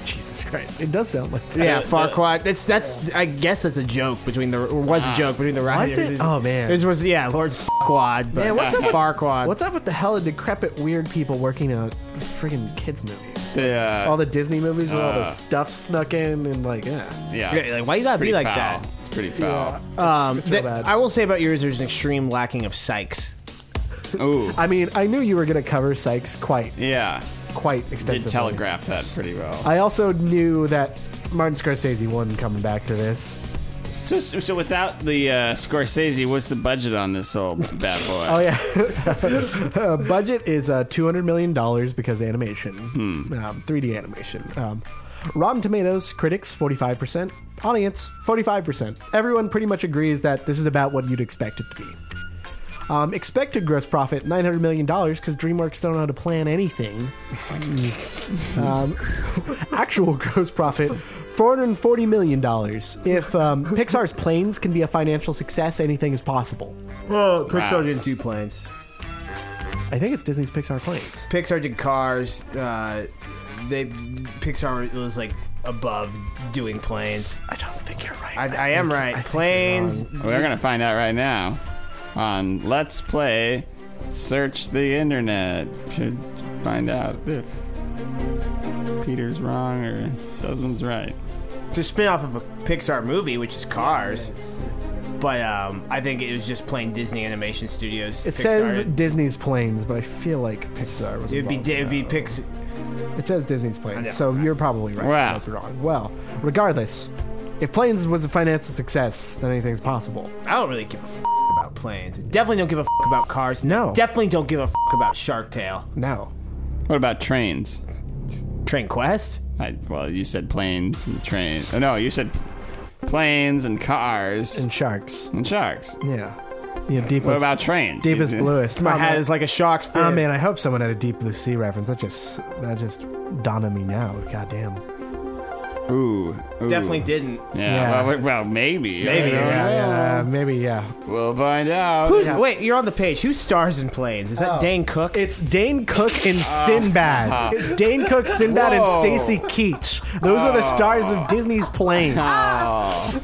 <laughs> Jesus Christ, it does sound like that. Yeah, the- Farquad. That's that's. I guess that's a joke between the or was Ah. a joke between the writers. it? Oh, man. this was yeah, Lord Fuckwad. But Man, what's <laughs> up with- Farquad? What's up with the hell of decrepit, weird people working on friggin' kids movies? All Yeah, the Disney movies with all the Uh. stuff snuck in and like, yeah. yeah. Yeah, like, why you gotta be pretty like foul. that? It's pretty foul. Um, real th- bad. I will say about yours, there's an extreme lacking of Sykes. Ooh, I mean, I knew you were gonna cover Sykes quite, yeah. quite Did extensively. telegraph that pretty well. I also knew that Martin Scorsese wasn't coming back to this. So, so so without the uh, Scorsese, what's the budget on this whole bad boy? Oh yeah, <laughs> uh, budget is uh, two hundred million dollars because animation, um, 3D animation. Um, Rotten Tomatoes critics forty five percent, audience forty five percent. Everyone pretty much agrees that this is about what you'd expect it to be. Um, expected gross profit nine hundred million dollars because DreamWorks don't know how to plan anything. um, actual gross profit. $440 million. If um, Pixar's Planes can be a financial success, anything is possible. Well, Pixar Wow. did two planes. I think it's Disney's Pixar Planes. Pixar did Cars. Uh, they Pixar was like above doing planes. I don't think you're right. I, I am right. planes. We're gonna find out right now on Let's Play. Search the internet to find out if Peter's wrong or Dustin's right. to spin off of a Pixar movie, which is Cars. But um, I think it was just plain Disney Animation Studios. it Pixar. says Disney's planes, but I feel like Pixar was. It'd be involved. it'd be Pix. It says Disney's I know. planes, so you're probably right. Wow. I might be wrong. Well, regardless, if planes was a financial success, then anything's possible. I don't really give a f- about planes. Definitely don't give a f- about cars. No. Definitely don't give a f- about Shark Tale. No. What about trains? Train Quest. I, well, you said planes and trains. Oh, no, you said planes and cars and, And sharks. sharks. Yeah. Yeah. Deepest. What about trains? deepest You- bluest. My Oh, hat man. is like a shark's fin. Oh man, I hope someone had a deep blue sea reference. That just that just dawned on me now. Goddamn. Ooh, ooh. Definitely didn't. Yeah. Yeah. Well, we- well, maybe. Maybe, I don't yeah, know. Uh, maybe yeah. We'll find out. Who's, Wait, you're on the page. Who stars in planes? Is that Oh. Dane Cook? Ah. It's Dane Cook <laughs> and Sinbad. It's Dane Cook, Sinbad, Whoa. and Stacy Keach. Those are Ah. the stars of Disney's Plane.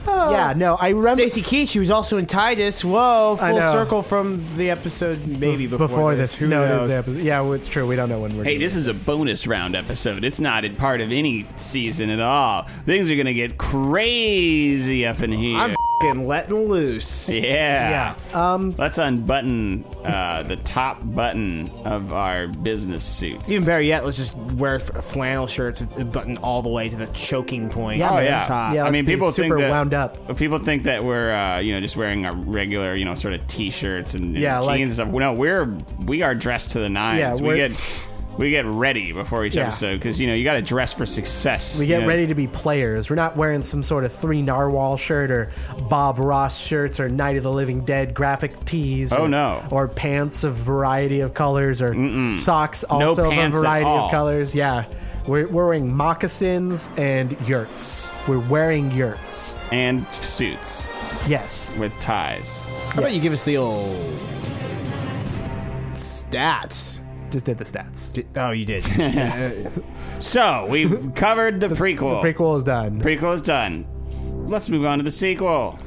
Yeah, no, I remember Stacy Keach, who was also in Titus. Whoa, I full know. circle from the episode maybe before, this. Who No, it is knows? the episode. Yeah, it's true. We don't know when we're. Hey, doing this is a bonus round episode. It's not a part of any season at all. Things are gonna get crazy up in here. I'm and letting loose. <laughs> Uh, Yeah. Um, Let's unbutton uh, the top button of our business suits. Even better yet, let's just wear f- flannel shirts and button all the way to the choking point. Yeah, on Oh the yeah, top. Yeah, I let's mean, be people super think that, wound up. People think that we're uh, you know just wearing our regular you know sort of t-shirts and, and Yeah, jeans like- and stuff. No, we're we are dressed to the nines. Yeah, we we're- get we get ready before each Yeah. episode because you know you got to dress for success. We you get know. ready to be players. We're not wearing some sort of three narwhal shirt or Bob Ross shirts or Night of the Living Dead graphic tees. Oh, or, no. Or pants of variety of colors or socks No also of a pants at variety all. of colors. Yeah, we're, we're wearing moccasins and yurts. We're wearing yurts. and suits Yes. with ties. How about you give us the old stats? Just did the stats. Did, oh, you did. Uh, So <laughs> we've covered the prequel. Prequel is done. prequel is done. Let's move on to the sequel,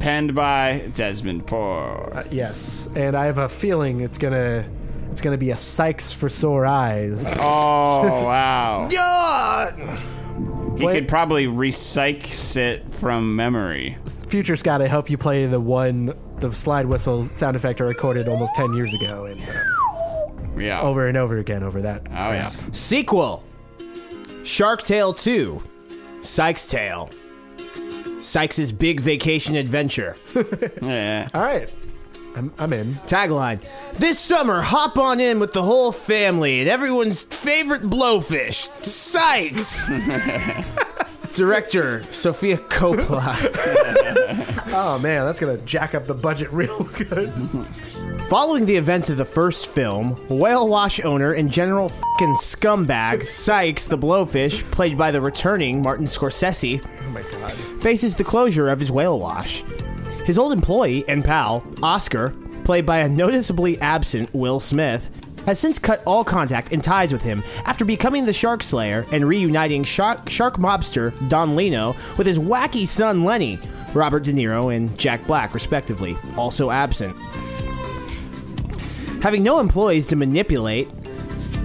penned by Desmond Poor. Uh, yes, and I have a feeling it's gonna it's gonna be a Sykes for sore eyes. Oh <laughs> wow! yeah! He could probably recycle it from memory. Future Scott, I hope you play the one, the slide whistle sound effect I recorded almost 10 years ago and uh, Yeah. over and over again over that. Oh yeah. Sequel Shark Tale 2, Sykes Tale, Sykes' Big Vacation Adventure. yeah. All right. I'm, I'm in. Tagline This summer, hop on in with the whole family and everyone's favorite blowfish, Sykes! Director Sophia Coppola. Oh, man, that's going to jack up the budget <laughs> real good. Following the events of the first film, whale wash owner and general fing scumbag Sykes the Blowfish, played by the returning Martin Scorsese, Oh, my God. faces the closure of his whale wash. His old employee and pal, Oscar, played by a noticeably absent Will Smith, has since cut all contact and ties with him after becoming the shark slayer and reuniting shark, shark mobster Don Leno with his wacky son Lenny, Robert De Niro, and Jack Black, respectively, also absent. Having no employees to manipulate,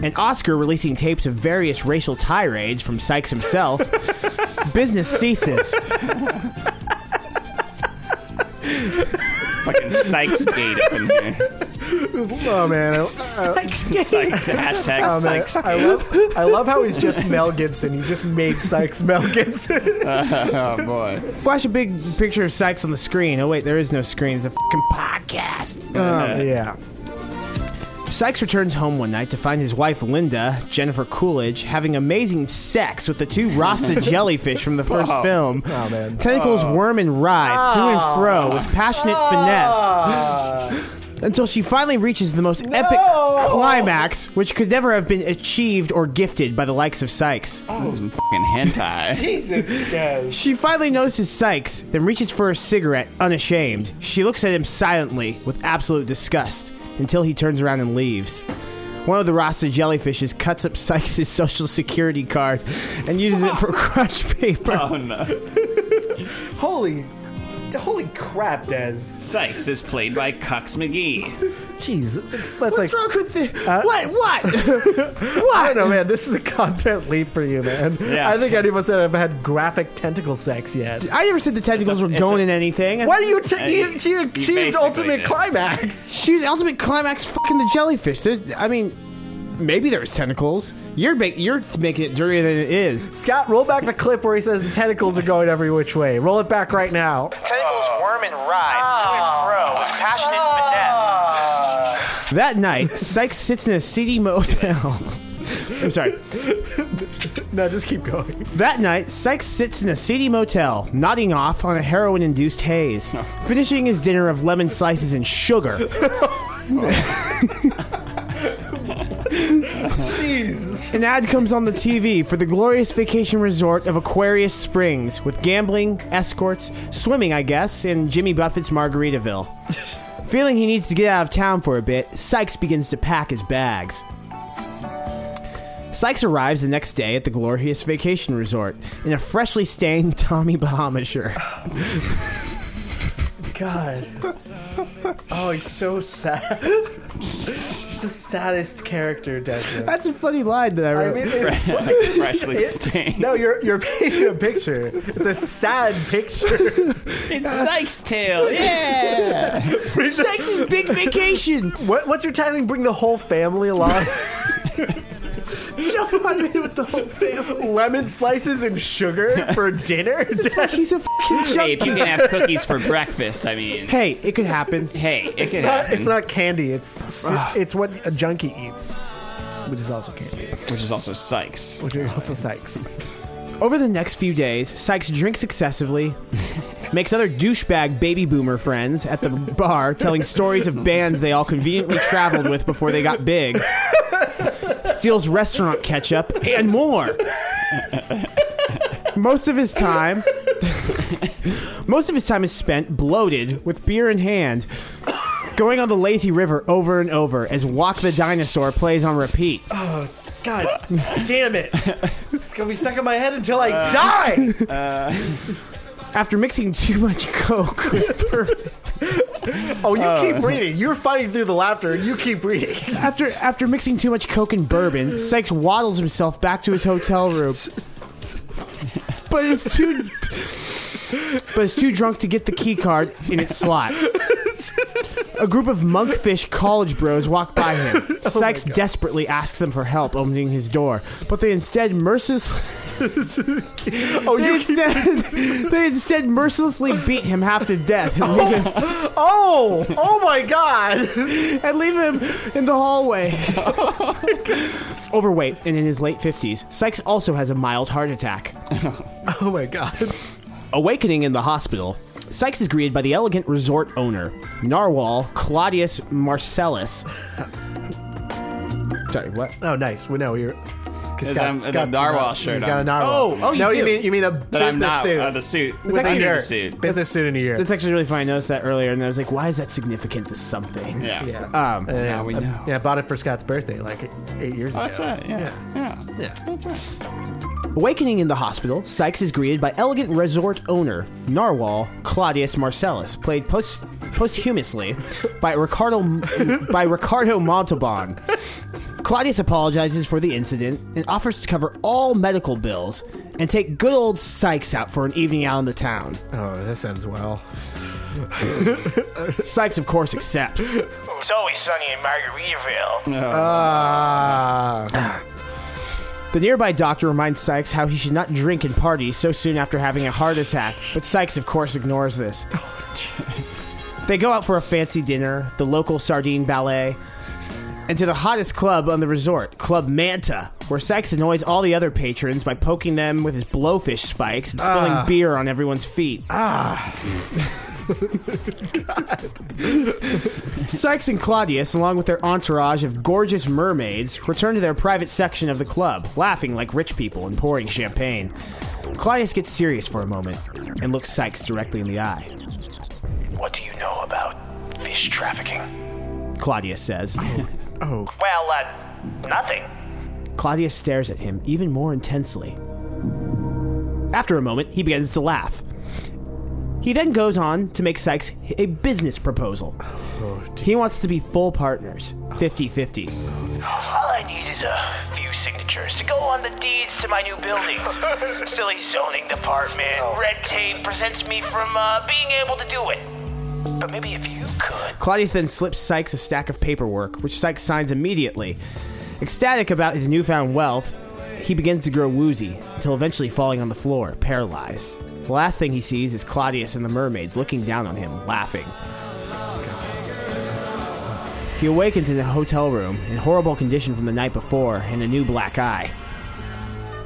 and Oscar releasing tapes of various racial tirades from Sykes himself, business ceases. Fucking Sykes gate up in here. Oh, man. I, Sykes hashtag oh, man. <laughs> Sykes. I, love, I love how he's just Mel Gibson. He just made Sykes Mel Gibson. Oh boy. Flash a big picture of Sykes on the screen. Oh wait, there is no screen. It's a fucking podcast. Uh, yeah. Sykes returns home one night to find his wife Linda, Jennifer Coolidge, having amazing sex with the two Rasta <laughs> jellyfish from the first film. Oh, man. Tentacles worm and writhe to and fro with passionate Oh. <laughs> finesse until she finally reaches the most epic climax, which could never have been achieved or gifted by the likes of Sykes. this is fucking hentai. She finally notices Sykes, then reaches for a cigarette, unashamed. She looks at him silently with absolute disgust until he turns around and leaves. One of the Rasta jellyfishes cuts up Sykes' <laughs> social security card and uses it for crunch paper. Oh no. Holy. Holy crap, Des. Sykes is played by Cux McGee. Jeez. It's, that's like. What's wrong with the what? <laughs> <laughs> What? I don't know, man. This is a content leap for you, man. Yeah. I think anyone said I've had graphic tentacle sex yet. I never said the tentacles were it's going a- in anything. Why do you? T- Hey, you she achieved basically ultimate did. climax. She's the ultimate climax fucking the jellyfish. There's, I mean, maybe there was tentacles. You're ba- you're making it dirtier than it is. Scott, roll back the clip where he says the tentacles are going every which way. Roll it back right now. Tentacles worm and ride to and fro with passionate finesse. That night, Sykes sits in a seedy motel. <laughs> I'm sorry. No, just keep going. That night, Sykes sits in a seedy motel, nodding off on a heroin induced haze, finishing his dinner of lemon slices and sugar. Jeez. An ad comes on the TV for the glorious vacation resort of Aquarius Springs with gambling, escorts, swimming, I guess, and Jimmy Buffett's Margaritaville. Feeling he needs to get out of town for a bit, Sykes begins to pack his bags. Sykes arrives the next day at the glorious vacation <laughs> resort in a freshly stained Tommy Bahama shirt. God. Oh, he's so sad. he's the saddest character, Desmond. That's a funny line that I I wrote. mean, it's- Freshly stained. <laughs> no, you're you're painting a picture. It's a sad picture. It's Sykes' tail. Yeah. Sexy's big vacation. What, what's your timing? Bring the whole family <laughs> along. Jump on me with the whole family. Lemon slices and sugar for dinner. <laughs> He's a fucking hey, if you junkie. can have cookies for breakfast, I mean, Hey, it could happen. hey, it can Not- happen. Uh, it's not candy. It's Ah. it's what a junkie eats, which is also candy, Which is also Sykes. which are also Sykes. Over the next few days, Sykes drinks excessively, <laughs> makes other douchebag baby boomer friends at the bar telling stories of bands they all conveniently traveled with before they got big, steals restaurant ketchup, and more. Most of his time. <laughs> Most of his time is spent bloated with beer in hand, going on the lazy river over and over as Walk the Dinosaur plays on repeat. God damn it! It's gonna be stuck in my head until I Uh. die. After mixing too much Coke with bourbon. Oh, you Uh. keep reading. You're fighting through the laughter. You keep reading. After after mixing too much coke and bourbon, Sykes waddles himself back to his hotel room. but it's too But it's too drunk to get the key card in its slot. A group of monkfish college bros walk <laughs> by Oh him. Sykes desperately asks them for help opening his door, but they instead mercilessly <laughs> Oh, they you instead, <laughs> they instead mercilessly beat him half to death and leave him, Oh, oh my God! and leave him in <laughs> the hallway. Overweight and in his late 50s, Sykes also has a mild heart attack. <laughs> Oh my God! Awakening in the hospital, Sykes is greeted by the elegant resort owner, Narwhal Claudius Marcellus. Sorry, what? Oh, nice. We know you're. Because I'm the narwhal shirt He's got a on. narwhal. Oh, oh, you no, you do. mean you mean a But business I'm not suit. uh, the suit. It's actually Under your the suit. business suit in a year. That's actually really funny. I noticed that earlier, and I was like, why is that significant to something? Yeah. yeah. Ah, yeah, Um, now we I- know. Oh, Yeah, I bought it for Scott's birthday like eight years ago. That's right. Yeah. Yeah. That's right. Awakening in the hospital, Sykes is greeted by elegant resort owner, Narwhal Claudius Marcellus, played post- posthumously by Ricardo by Ricardo Montalban. Claudius apologizes for the incident and offers to cover all medical bills and take good old Sykes out for an evening out in the town. Oh, that sounds well. Sykes, of course, accepts. It's always sunny in Margaritaville. Ah, The nearby doctor reminds Sykes how he should not drink and party so soon after having a heart attack, but Sykes, of course, ignores this. they go out for a fancy dinner, the local sardine ballet, and to the hottest club on the resort, Club Manta, where Sykes annoys all the other patrons by poking them with his blowfish spikes and spilling beer on everyone's feet. Sykes and Claudius, along with their entourage of gorgeous mermaids, return to their private section of the club, laughing like rich people and pouring champagne. Claudius gets serious for a moment and looks Sykes directly in the eye. What do you know about fish trafficking? Claudius says. <laughs> Well, uh, nothing. Claudius stares at him even more intensely. After a moment, he begins to laugh. He then goes on to make Sykes a business proposal. he wants to be full partners, 50 50. All I need is a few signatures to go on the deeds to my new buildings. Silly zoning department, red tape prevents me from uh, being able to do it. But maybe if you could. Claudius then slips Sykes a stack of paperwork, which Sykes signs immediately. Ecstatic about his newfound wealth, he begins to grow woozy until eventually falling on the floor, paralyzed. The last thing he sees is Claudius and the mermaids looking down on him, laughing. He awakens in a hotel room in horrible condition from the night before and a new black eye.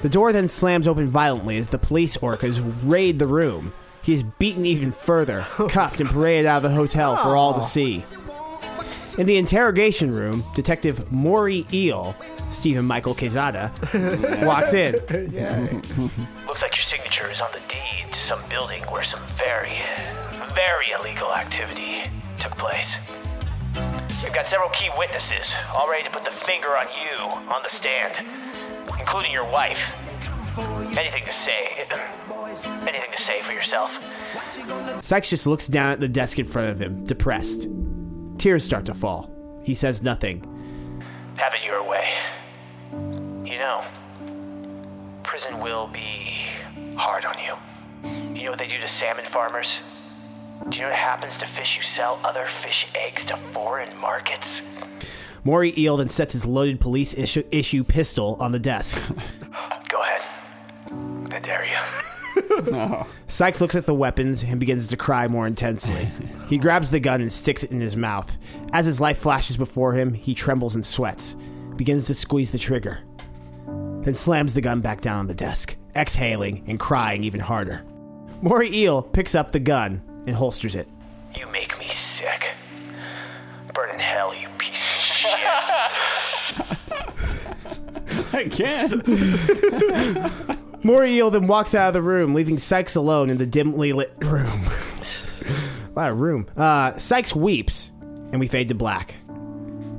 The door then slams open violently as the police orcas raid the room. He is beaten even further, cuffed, and paraded out of the hotel for all to see. In the interrogation room, Detective Maury Eel, Stephen Michael Quezada, walks in. Looks like your signature is on the deed to some building where some very, very illegal activity took place. We've got several key witnesses all ready to put the finger on you on the stand, including your wife. Anything to say? <clears throat> Anything to say for yourself? Sykes just looks down at the desk in front of him, depressed. Tears start to fall. He says nothing. Have it your way. You know, prison will be hard on you. You know what they do to salmon farmers? Do you know what happens to fish who sell other fish eggs to foreign markets? Maury Eel then sets his loaded police issue, issue pistol on the desk. Go ahead. I dare you. Sykes looks at the weapons and begins to cry more intensely. He grabs the gun and sticks it in his mouth. As his life flashes before him, he trembles and sweats, begins to squeeze the trigger, then slams the gun back down on the desk, exhaling and crying even harder. Maury Eel picks up the gun and holsters it. You make me sick. Burn in hell, you piece of shit. Again. Maury Eel then walks out of the room, leaving Sykes alone in the dimly lit room. <laughs> a lot of room. Uh, Sykes weeps, and we fade to black.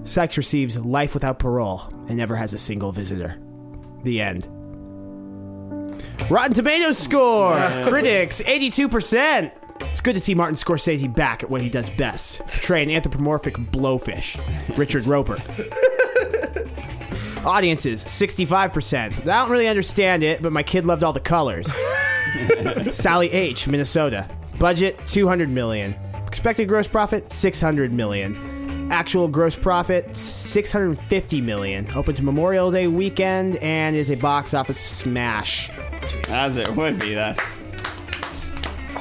Sykes receives life without parole and never has a single visitor. The end. Rotten Tomatoes score! Critics, 82%! It's good to see Martin Scorsese back at what he does best portray an anthropomorphic blowfish, Richard Roper. Audiences, 65%. I don't really understand it, but my kid loved all the colors. Sally H, Minnesota. Budget, 200 million. Expected gross profit, 600 million. Actual gross profit, 650 million. Open to Memorial Day weekend and is a box office smash. As it would be, that's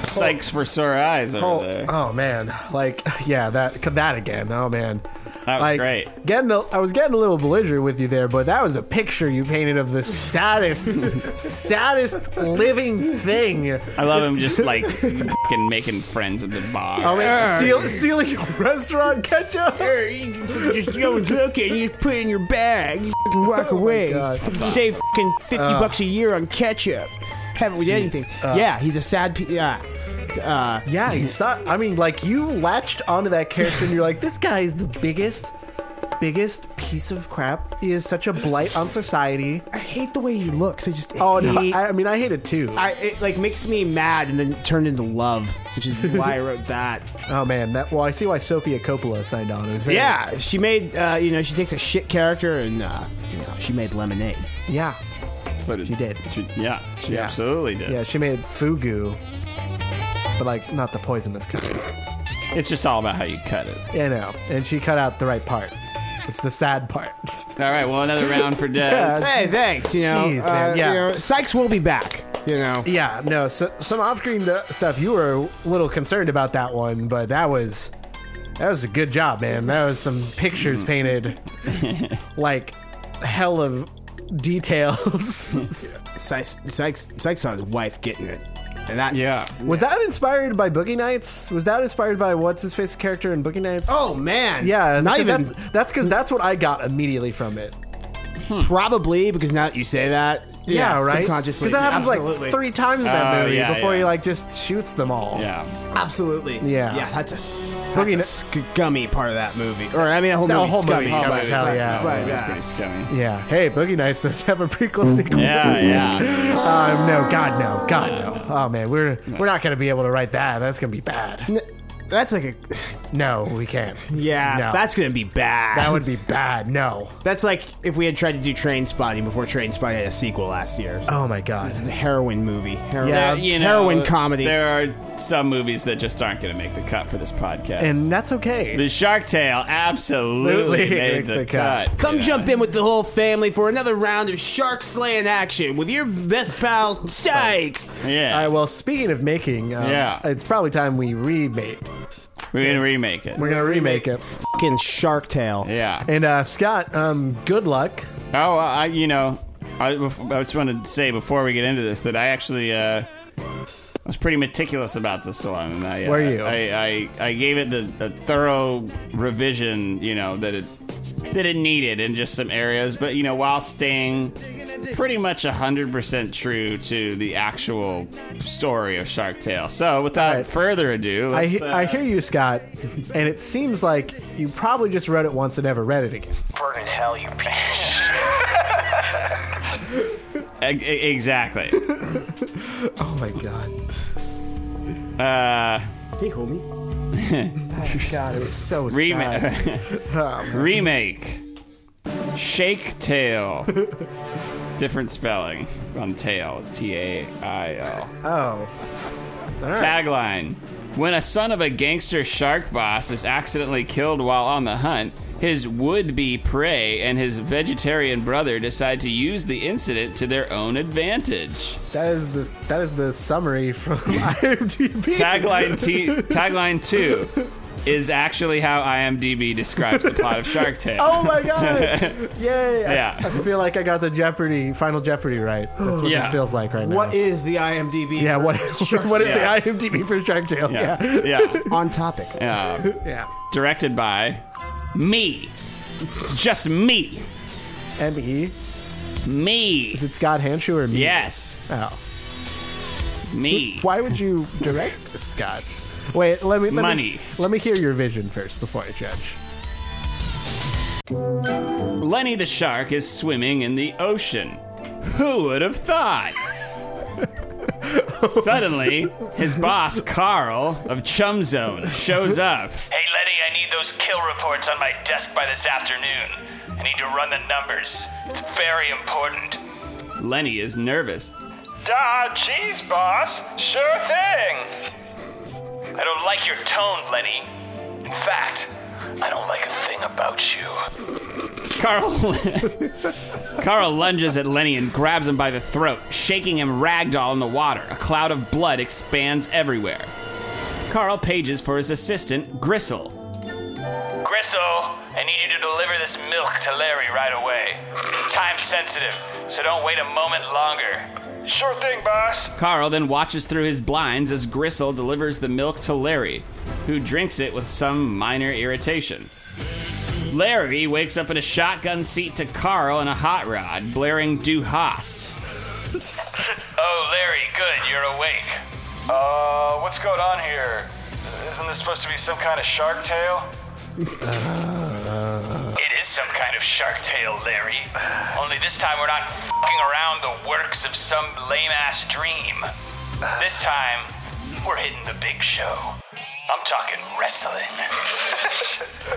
Sykes for sore eyes over Oh, there. oh man, like <laughs> yeah, that that again. Oh man, That was like, great. Getting, a, I was getting a little belligerent with you there, but that was a picture you painted of the saddest, <laughs> saddest living thing. I love him <laughs> just like fucking making friends at the bar. I mean, steal, stealing restaurant ketchup. Just go and look and you just put it in your bag. You fucking walk away. God. You save fucking 50 bucks a year on ketchup. Have it with anything. yeah, he's a sad. Pe- yeah. Uh, <laughs> Yeah, he saw. I mean, like you latched onto that character, and you're like, this guy is the biggest, biggest piece of crap. He is such a blight on society. I hate the way he looks. I just Oh no, hate- I, I mean, I hate it too. I, it like makes me mad and then turned into love, which is why I wrote <laughs> that. oh man, that. Well, I see why Sophia Coppola signed on. It was very, Yeah, she made uh, you know she takes a shit character and uh, you know she made lemonade. yeah, So did- she did. She, yeah, she Yeah. absolutely did. Yeah, she made fugu, but like not the poisonous kind. It's just all about how you cut it. You know, and she cut out the right part. It's the sad part. <laughs> All right, well, another round for Des. Yeah. Hey, thanks. You know, Jeez, man, uh, yeah. you know, Sykes will be back. You know, yeah, no, so, some off-screen uh, stuff. You were a little concerned about that one, but that was that was a good job, man. That was some pictures painted, like hell of details. <laughs> Sykes, Sykes, Sykes saw his wife getting it, and that Yeah. was that inspired by Boogie Nights? Was that inspired by what's his face character in Boogie Nights? Oh man, yeah, not 'cause even That's that's because that's what I got immediately from it. probably because now that you say that, Yeah, right. Subconsciously, because that happens Absolutely. like three times in that Oh, movie yeah, before yeah. he like just shoots them all. Yeah. Absolutely. Yeah. Yeah, that's a, Boogie Ni- that's a scummy part of that movie. Or, I mean, that whole That movie. whole scummy, movie, Oh, scummy. that's hell yeah. That But, was yeah. Mm-hmm. pretty scummy. Yeah. Hey, Boogie Nights does have a prequel <laughs> sequel. Yeah, yeah. Um, no, God no, God no. Oh man, we're we're not gonna be able to write that. That's gonna be bad. That's like a. No, we can't. Yeah, No. that's going to be bad. That would be bad. No. that's like if we had tried to do Train Spotting before Train Spotting had a sequel last year. Oh my God. The heroin movie. Heroin, Yeah, Uh, you <laughs> know, heroin comedy. There are some movies that just aren't going to make the cut for this podcast. And that's okay. the Shark Tale absolutely Absolutely made makes the, the cut. cut. Come Yeah. jump in with the whole family for another round of shark slaying action with your best pal, Sykes. All Yeah, right. Well, speaking of making, um, Yeah. it's probably time we remake. we're gonna remake it. We're gonna remake it. Fucking Shark Tale. Yeah. And uh, Scott, um, good luck. Oh, I you know, I, I just wanted to say before we get into this that I actually uh, was pretty meticulous about this one. And I, uh, Were you? I, I I gave it the a thorough revision. You know that it that it needed in just some areas, but you know while staying pretty much hundred percent true to the actual story of Shark Tale. So without right. further ado, I, let's, he- uh, I hear you, Scott, and it seems like you probably just read it once and never read it again. Burn in hell, you piece of shit. E- e- <laughs> exactly. Oh my god. Uh, Hey, homie. God, it <laughs> was so sad. Remake. Remake. Shake tail. Different spelling on tail. T A I L. Oh. Tagline. When a son of a gangster shark boss is accidentally killed while on the hunt, his would be prey and his vegetarian brother decide to use the incident to their own advantage. That is the that is the summary from <laughs> IMDb. Tagline, <laughs> t- tagline 2 is actually how IMDb describes the plot of Shark Tale. Oh my <laughs> god! Yay! I- Yeah. I, feel like I got the Jeopardy, Final Jeopardy right. That's what Yeah. this feels like right now. What is the IMDb? yeah, what, what is <laughs> Yeah. the IMDb for Shark Tale? yeah. yeah. on topic? Uh, Yeah. directed by me. It's just me. M-E? Me. E, Is it Scott Hanshu or me? Yes. Oh. Me. Why would you direct this, Scott? Wait, let me let Money. Me, let me hear your vision first before I judge. Lenny the shark is swimming in the ocean. Who would have thought? Suddenly, his boss, Carl of Chum Zone, shows up. Hey, Letty, I need those kill reports on my desk by this afternoon. I need to run the numbers. It's very important. Lenny is nervous. Ah, jeez, boss. Sure thing. I don't like your tone, Lenny. In fact, I don't like a thing about you. Carl, <laughs> Carl lunges at Lenny and grabs him by the throat, shaking him ragdoll in the water. A cloud of blood expands everywhere. Carl pages for his assistant, Gristle. Gristle, I need you to deliver this milk to Larry right away. It's time sensitive, so don't wait a moment longer. Sure thing, boss. Carl then watches through his blinds as Gristle delivers the milk to Larry, who drinks it with some minor irritation. Larry wakes up in a shotgun seat to Carl and a hot rod, blaring Du Hast. Oh, Larry, good, you're awake. Uh, what's going on here? Isn't this supposed to be some kind of shark tale? it is some kind of shark tale, Larry. Only this time we're not fing around the works of some lame ass dream. This time, we're hitting the big show. I'm talking wrestling.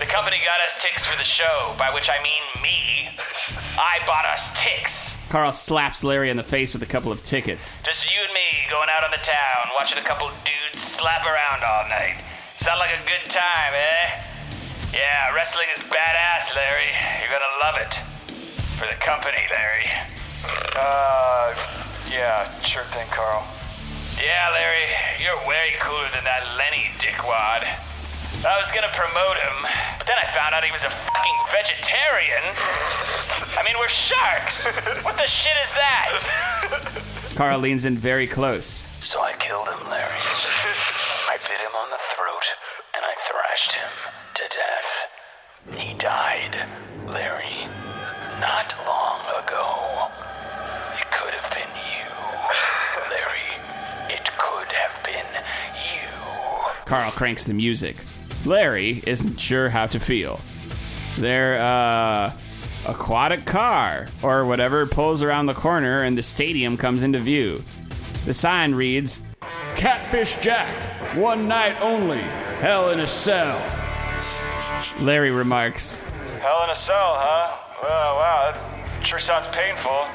the company got us ticks for the show, by which I mean me. I bought us ticks. Carl slaps Larry in the face with a couple of tickets. Just you and me going out on the town, watching a couple dudes slap around all night. Sound like a good time, eh? Yeah, wrestling is badass, Larry. You're gonna love it. For the company, Larry. Uh, yeah, sure thing, Carl. Yeah, Larry, you're way cooler than that Lenny dickwad. I was gonna promote him, but then I found out he was a fucking vegetarian. I mean, we're sharks. What the shit is <laughs> that? Carl leans in very close. So I killed him, Larry. I bit him on the throat and I thrashed him to death. He died, Larry, not long ago. It could have been you, Larry. It could have been you. Carl cranks the music. Larry isn't sure how to feel. Their uh, aquatic car or whatever pulls around the corner and the stadium comes into view. The sign reads Catfish Jack, one night only, hell in a cell. Larry remarks, Hell in a cell, huh? Wow, wow, that sure sounds painful.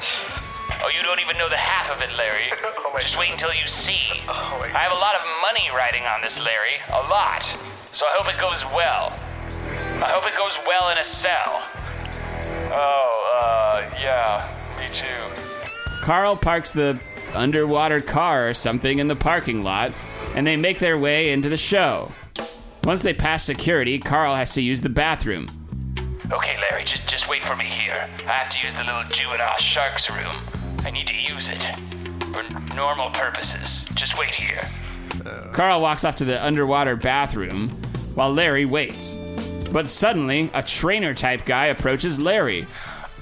Oh, you don't even know the half of it, <laughs> Larry. Just wait until you see. I have a lot of money riding on this, Larry. A lot. So I hope it goes well. I hope it goes well in a cell. Oh, uh, yeah, me too. Carl parks the underwater car or something in the parking lot, and they make their way into the show. Once they pass security, Carl has to use the bathroom. Okay, Larry, just just wait for me here. I have to use the little juvenile sharks room. I need to use it for normal purposes. Just wait here. Carl walks off to the underwater bathroom while Larry waits. But suddenly, a trainer type guy approaches Larry.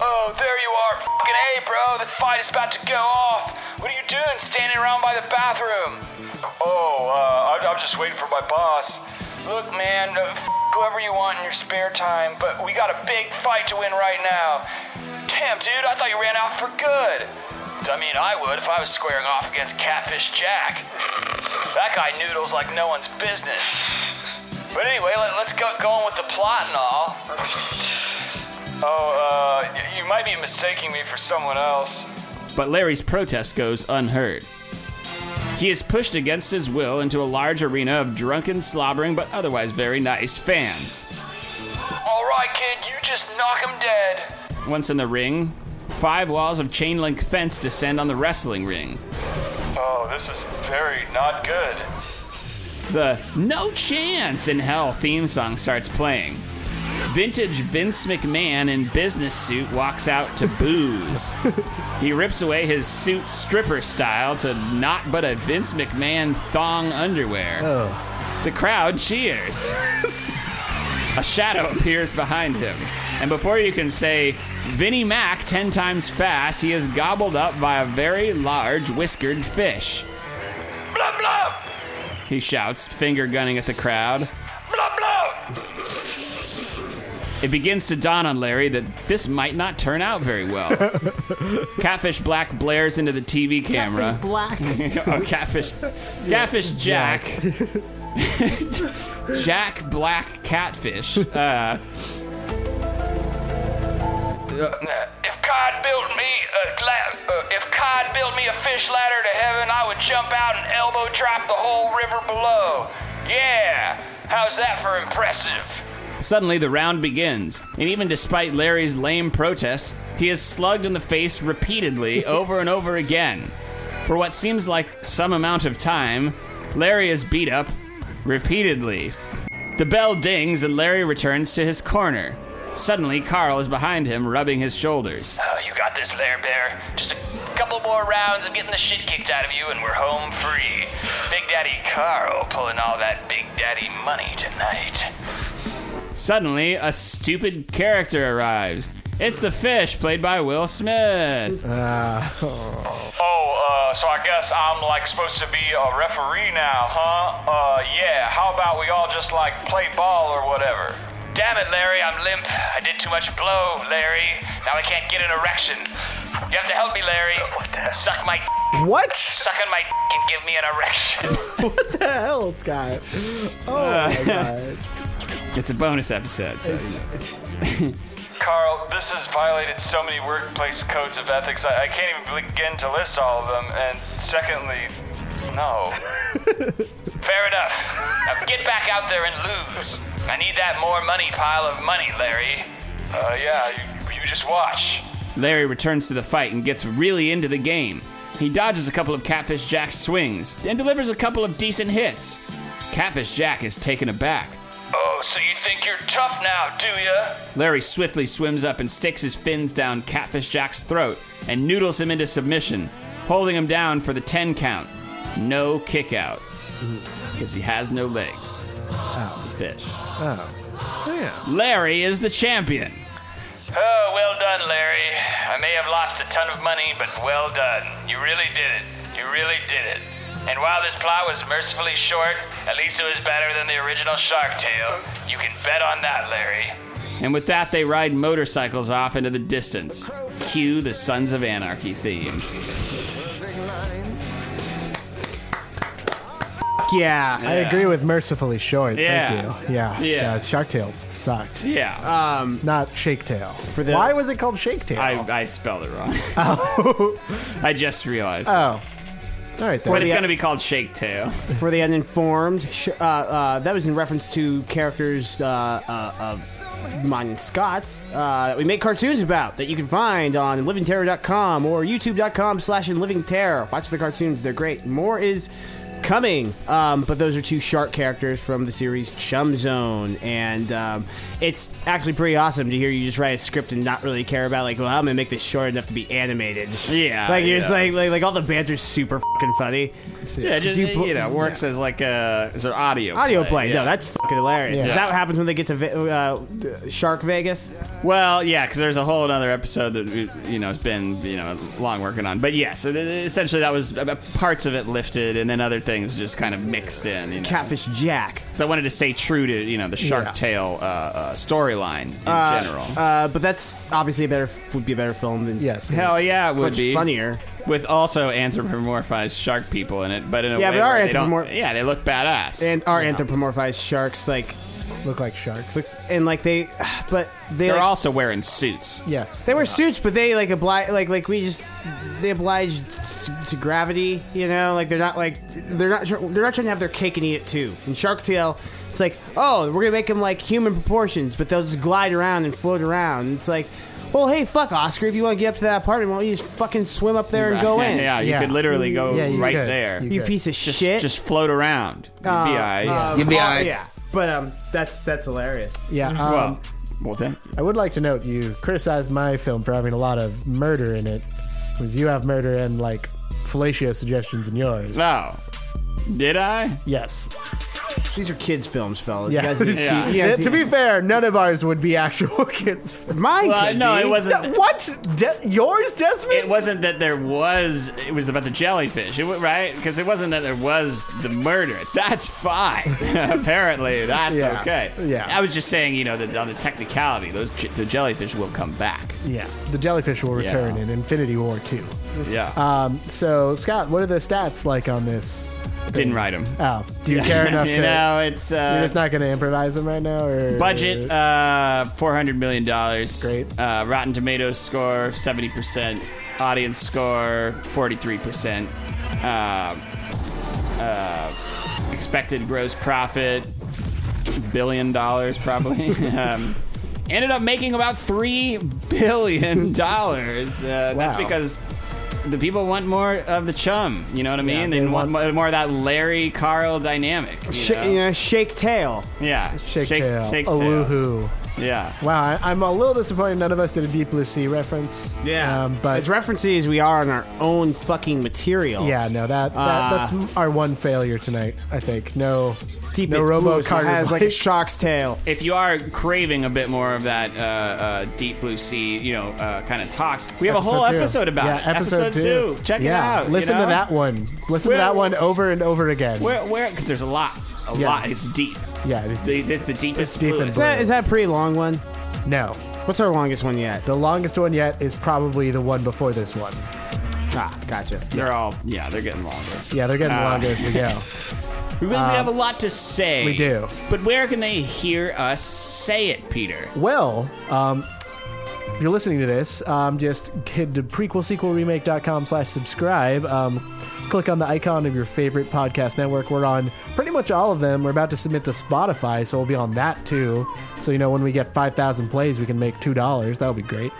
Oh, there you are. Fucking hey, bro. The fight is about to go off. What are you doing standing around by the bathroom? Oh, uh, I'm, I'm just waiting for my boss. Look, man, uh, f- whoever you want in your spare time, but we got a big fight to win right now. Damn, dude, I thought you ran out for good. I mean, I would if I was squaring off against Catfish Jack. That guy noodles like no one's business. But anyway, let, let's go going with the plot and all. Oh, uh, y- you might be mistaking me for someone else. But Larry's protest goes unheard. He is pushed against his will into a large arena of drunken, slobbering, but otherwise very nice fans. All right, kid, you just knock him dead. Once in the ring, five walls of chain link fence descend on the wrestling ring. Oh, this is very not good. The No Chance in Hell theme song starts playing. Vintage Vince McMahon in business suit walks out to booze. he rips away his suit stripper style to not but a Vince McMahon thong underwear. The crowd cheers. a shadow appears behind him. And before you can say, Vinnie Mac 10 times fast, he is gobbled up by a very large whiskered fish. Blah, blah, He shouts, finger gunning at the crowd. blah, blah. It begins to dawn on Larry that this might not turn out very well. Catfish Black blares into the TV camera. Black. <laughs> oh, Catfish, Catfish Jack, <laughs> Jack Black Catfish. Uh, Uh, If God built me a gla- uh, if God built me a fish ladder to heaven, I would jump out and elbow drop the whole river below. Yeah, how's that for impressive? Suddenly, the round begins, and even despite Larry's lame protest, he is slugged in the face repeatedly over and over again. For what seems like some amount of time, Larry is beat up repeatedly. The bell dings, and Larry returns to his corner. Suddenly, Carl is behind him, rubbing his shoulders. Uh, you got this, Lair Bear. Just a couple more rounds of getting the shit kicked out of you, and we're home free. Big Daddy Carl pulling all that Big Daddy money tonight. Suddenly, a stupid character arrives. It's the fish, played by Will Smith. Oh, uh, so I guess I'm like supposed to be a referee now, huh? Uh, yeah. How about we all just like play ball or whatever? Damn it, Larry, I'm limp. I did too much blow, Larry. Now I can't get an erection. You have to help me, Larry. What the Suck my What suck on my and give me an erection. the hell, Scott? Oh my god. It's a bonus episode. So, you know. Carl, this has violated so many workplace codes of ethics. I, I can't even begin to list all of them. And secondly, no. Fair enough. Now get back out there and lose. I need that more money pile of money, Larry. Uh, yeah, you, you just watch. Larry returns to the fight and gets really into the game. He dodges a couple of Catfish Jack swings and delivers a couple of decent hits. Catfish Jack is taken aback. Oh, so you think you're tough now, do ya? Larry swiftly swims up and sticks his fins down Catfish Jack's throat and noodles him into submission, holding him down for the 10 count. No kick out. Because he has no legs. He's a fish. Yeah. Larry is the champion. Oh, well done, Larry. I may have lost a ton of money, but well done. You really did it. You really did it. And while this plot was mercifully short, at least it was better than the original Shark Tale. You can bet on that, Larry. And with that, they ride motorcycles off into the distance. Cue the Sons of Anarchy theme. Yeah. I agree with mercifully short. Yeah. Thank you. Yeah. Yeah. Shark Tales sucked. Yeah. Uh, Not Shake Tail. the- Why was it called Shake Tail? I, I spelled it <laughs> wrong. Oh. <laughs> I just realized. Uh, oh. All right. but Then. it's the- going to be called Shake <laughs> Tail. for the uninformed. Sh- uh, uh, that was in reference to characters uh, uh, of mine and Scott's uh, that we make cartoons about that you can find on livingterror.com or youtube.com slash livingterror. Watch the cartoons, they're great. More is coming, um, but those are two shark characters from the series Chum Zone, and um, it's actually pretty awesome to hear you just write a script and not really care about like, well, I'm gonna make this short enough to be animated. Yeah, like you're just yeah. like, like like all the banter's super fucking funny. Yeah, just, uh, you put- you know, works as like a as an audio Audio play. Uh, yeah. No, that's f- fucking hilarious. Yeah. Is that what happens when they get to Ve- uh, d- Shark Vegas? Well, yeah, because there's a whole other episode that we- you know has been you know long working on. But yes, yeah, so th- th- essentially that was uh, parts of it lifted, and then other things just kind of mixed in. You know? Catfish Jack. so I wanted to stay true to you know the Shark Yeah. Tale uh, uh, storyline in Uh, general. Uh, but that's obviously a better would be a better film than Yes. Hell yeah, it would much be funnier. with also anthropomorphized shark people in it, but in a Yeah, way but our where they don't- anthropomorph- yeah, they look badass. And are anthropomorphized sharks like Look like sharks. looks and like they, <sighs> but they They're like, also wearing suits. yes. they wear suits, but they like oblige like like we just they oblige s- to gravity, you know. Like they're not like they're not tr- they're not trying to have their cake and eat it too. In Shark Tale, it's like oh we're gonna make them like human proportions, but they'll just glide around and float around. It's like. Well, hey, fuck Oscar! If you want to get up to that apartment, why don't you just fucking swim up there and go in? Yeah, you Yeah. could literally go Yeah, you right could. there. You You Okay. piece of just, shit. just float around. You'd be Uh, alright. uh, You'd be oh, alright. Yeah, but um, that's that's hilarious. Yeah. Um, well, well, then. I would like to note you criticized my film for having a lot of murder in it, because you have murder and like fellatio suggestions in yours. No. oh. Did I? Yes. These are kids' films, fellas. Yeah. You guys need <laughs> to Yeah. keep- you guys to be need- fair, none of ours would be actual <laughs> kids. films. mine. Well, could no, be. it wasn't. what? De- yours, Desmond? It wasn't that there was. It was about the jellyfish, it, wa- right? Because it wasn't that there was the murder. That's fine. <laughs> Apparently, that's Yeah. okay. Yeah. I was just saying, you know, that on the technicality, those j- the jellyfish will come back. Yeah. The jellyfish will return Yeah. in Infinity War 2. Yeah. Um, so, Scott, what are the stats like on this? Didn't write them. Oh, do you care <laughs> enough you to. know, it's You're uh, just not going to improvise them right now? Or budget uh, four hundred million dollars. Great. Uh, Rotten Tomatoes score seventy percent. Audience score forty three percent. Uh, Expected gross profit billion dollars <laughs> probably. um, ended up making about three <laughs> billion dollars. Uh, That's Wow. because. The people want more of the chum, you know what I mean? they, they want, mo- more of that Larry Carl dynamic. You Sh- know? you know, shake tail. Yeah, Shake, tail. shake oh, tail. woohoo. Yeah, Wow, I, I'm a little disappointed none of us did a Deep Blue Sea reference. Um, but as references we are on our own fucking material. yeah, no, that, that Uh, that's our one failure tonight, I think. No. deep No is Robo blue, so it Carter has like a bike. shark's tail. if you are craving a bit more of that uh, uh, deep blue sea, you know, uh, kind of talk, we have a whole two. episode about yeah, it. Episode, two. Check it yeah. out. you Listen know? to that one. Listen Where- to that one over and over again. Where, where? Because there's a lot, a Yeah. lot. It's deep. Yeah, it is It's the, it's the deepest. It's deep and bluest. Is that, is that a pretty long one? No. What's our longest one yet? The longest one yet is probably the one before this one. Ah, gotcha. They're all, yeah, they're getting longer. Yeah, they're Uh, getting Ah. longer as we go. We really have a lot to say. Um, we do. But where can they hear us say it, Peter? Well, um, if you're listening to this, um, just head to prequelsequelremake.com slash subscribe. Um, click on the icon of your favorite podcast network. We're on pretty much all of them. We're about to submit to Spotify, so we'll be on that too. So, you know, when we get 5,000 plays, we can make $2. That'll be great.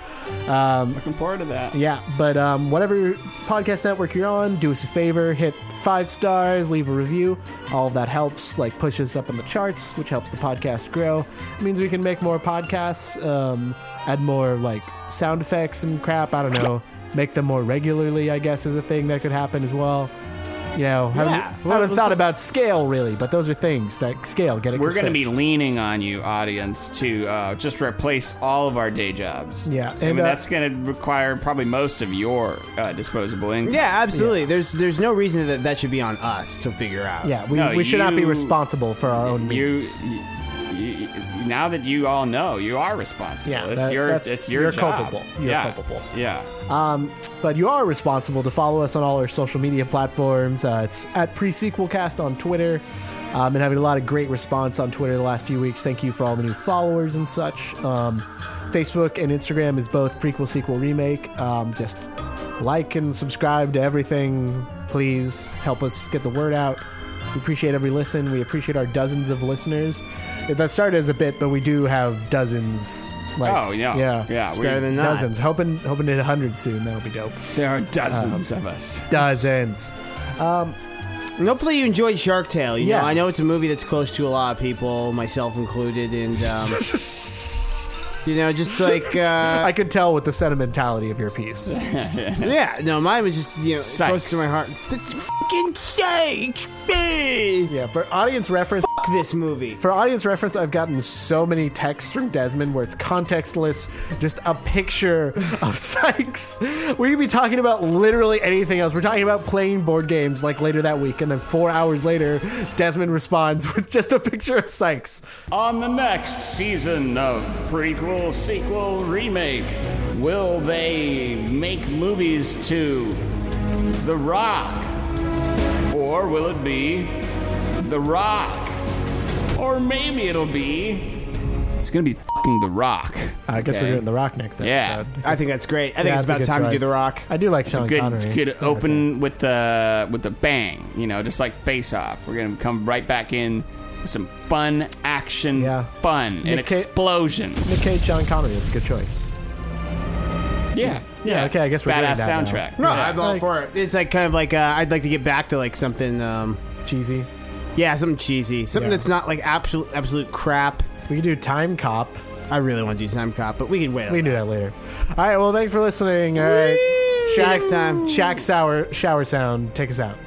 Looking forward to that. Yeah, but um, whatever podcast network you're on, do us a favor, hit five stars, leave a review. All of that helps, like pushes up in the charts, which helps the podcast grow. It means we can make more podcasts, um, add more like sound effects and crap. I don't know, make them more regularly. I guess is a thing that could happen as well. You know, haven't, Yeah. haven't thought about scale really, but those are things that scale. Get it? We're gets going to be fixed. leaning on you, audience, to uh, just replace all of our day jobs. Yeah, I mean, and, uh, that's going to require probably most of your uh, disposable income. Yeah, absolutely. There's there's no reason that that should be on us to figure out. Yeah, we, No, we should not be you- responsible for our own you, needs. you, you. Now that you all know, you are responsible. Yeah, it's that- your. that's- it's your you're job. culpable. You're yeah. culpable. Yeah. But you are responsible to follow us on all our social media platforms. Uh, it's at presequelcast on Twitter. Um, been having a lot of great response on Twitter the last few weeks. Thank you for all the new followers and such. Um, Facebook and Instagram is both prequel sequel remake. Um, just like and subscribe to everything. Please help us get the word out. We appreciate every listen. We appreciate our dozens of listeners. That started as a bit, but we do have dozens. Like, Oh yeah. yeah, Yeah. better than We, not. Dozens. Hoping, hoping to hit 100 soon. That'll be dope there are dozens Um, of us. dozens. And hopefully you enjoyed Shark Tale. You Yeah. know, I know it's a movie that's close to a lot of people, myself included, and <laughs> um, you know, just like uh, I could tell with the sentimentality of your piece. yeah, no, mine was just you know Sykes. close to my heart. It's the fucking steak, Yeah, for audience reference, Fuck this movie. For audience reference, I've gotten so many texts from Desmond where it's contextless, just a picture <laughs> of Sykes. We could be talking about literally anything else. We're talking about playing board games like later that week, and then four hours later, Desmond responds with just a picture of Sykes. On the next season of prequel, sequel, remake, will they make movies to The Rock? Or will it be The Rock? Or maybe it'll be. It's gonna be fucking The Rock. I guess Okay. we're doing The Rock next episode. Yeah. I think that's great. I think Yeah, it's that's a about good time to do choice. The Rock. I do like Sean good, Connery. good open with the with the bang, you know, just like face off. We're gonna come right back in with some fun action, Yeah. fun and Nick Ca- explosions. Nick Cage, Sean Connery. That's a good choice. yeah, Yeah, okay, I guess we're doing badass that now. soundtrack. No, Yeah. I'm all for it. It's like kind of like uh, I'd like to get back to like something. Um, Cheesy. yeah, something cheesy, something Yeah. that's not like absolute absolute crap. We could do Time Cop. I really want to do Time Cop, but we can wait. We can do that later. Uh, All right. Well, thanks for listening. All right. See you next time. Shaq Sour Shower Sound. Take us out.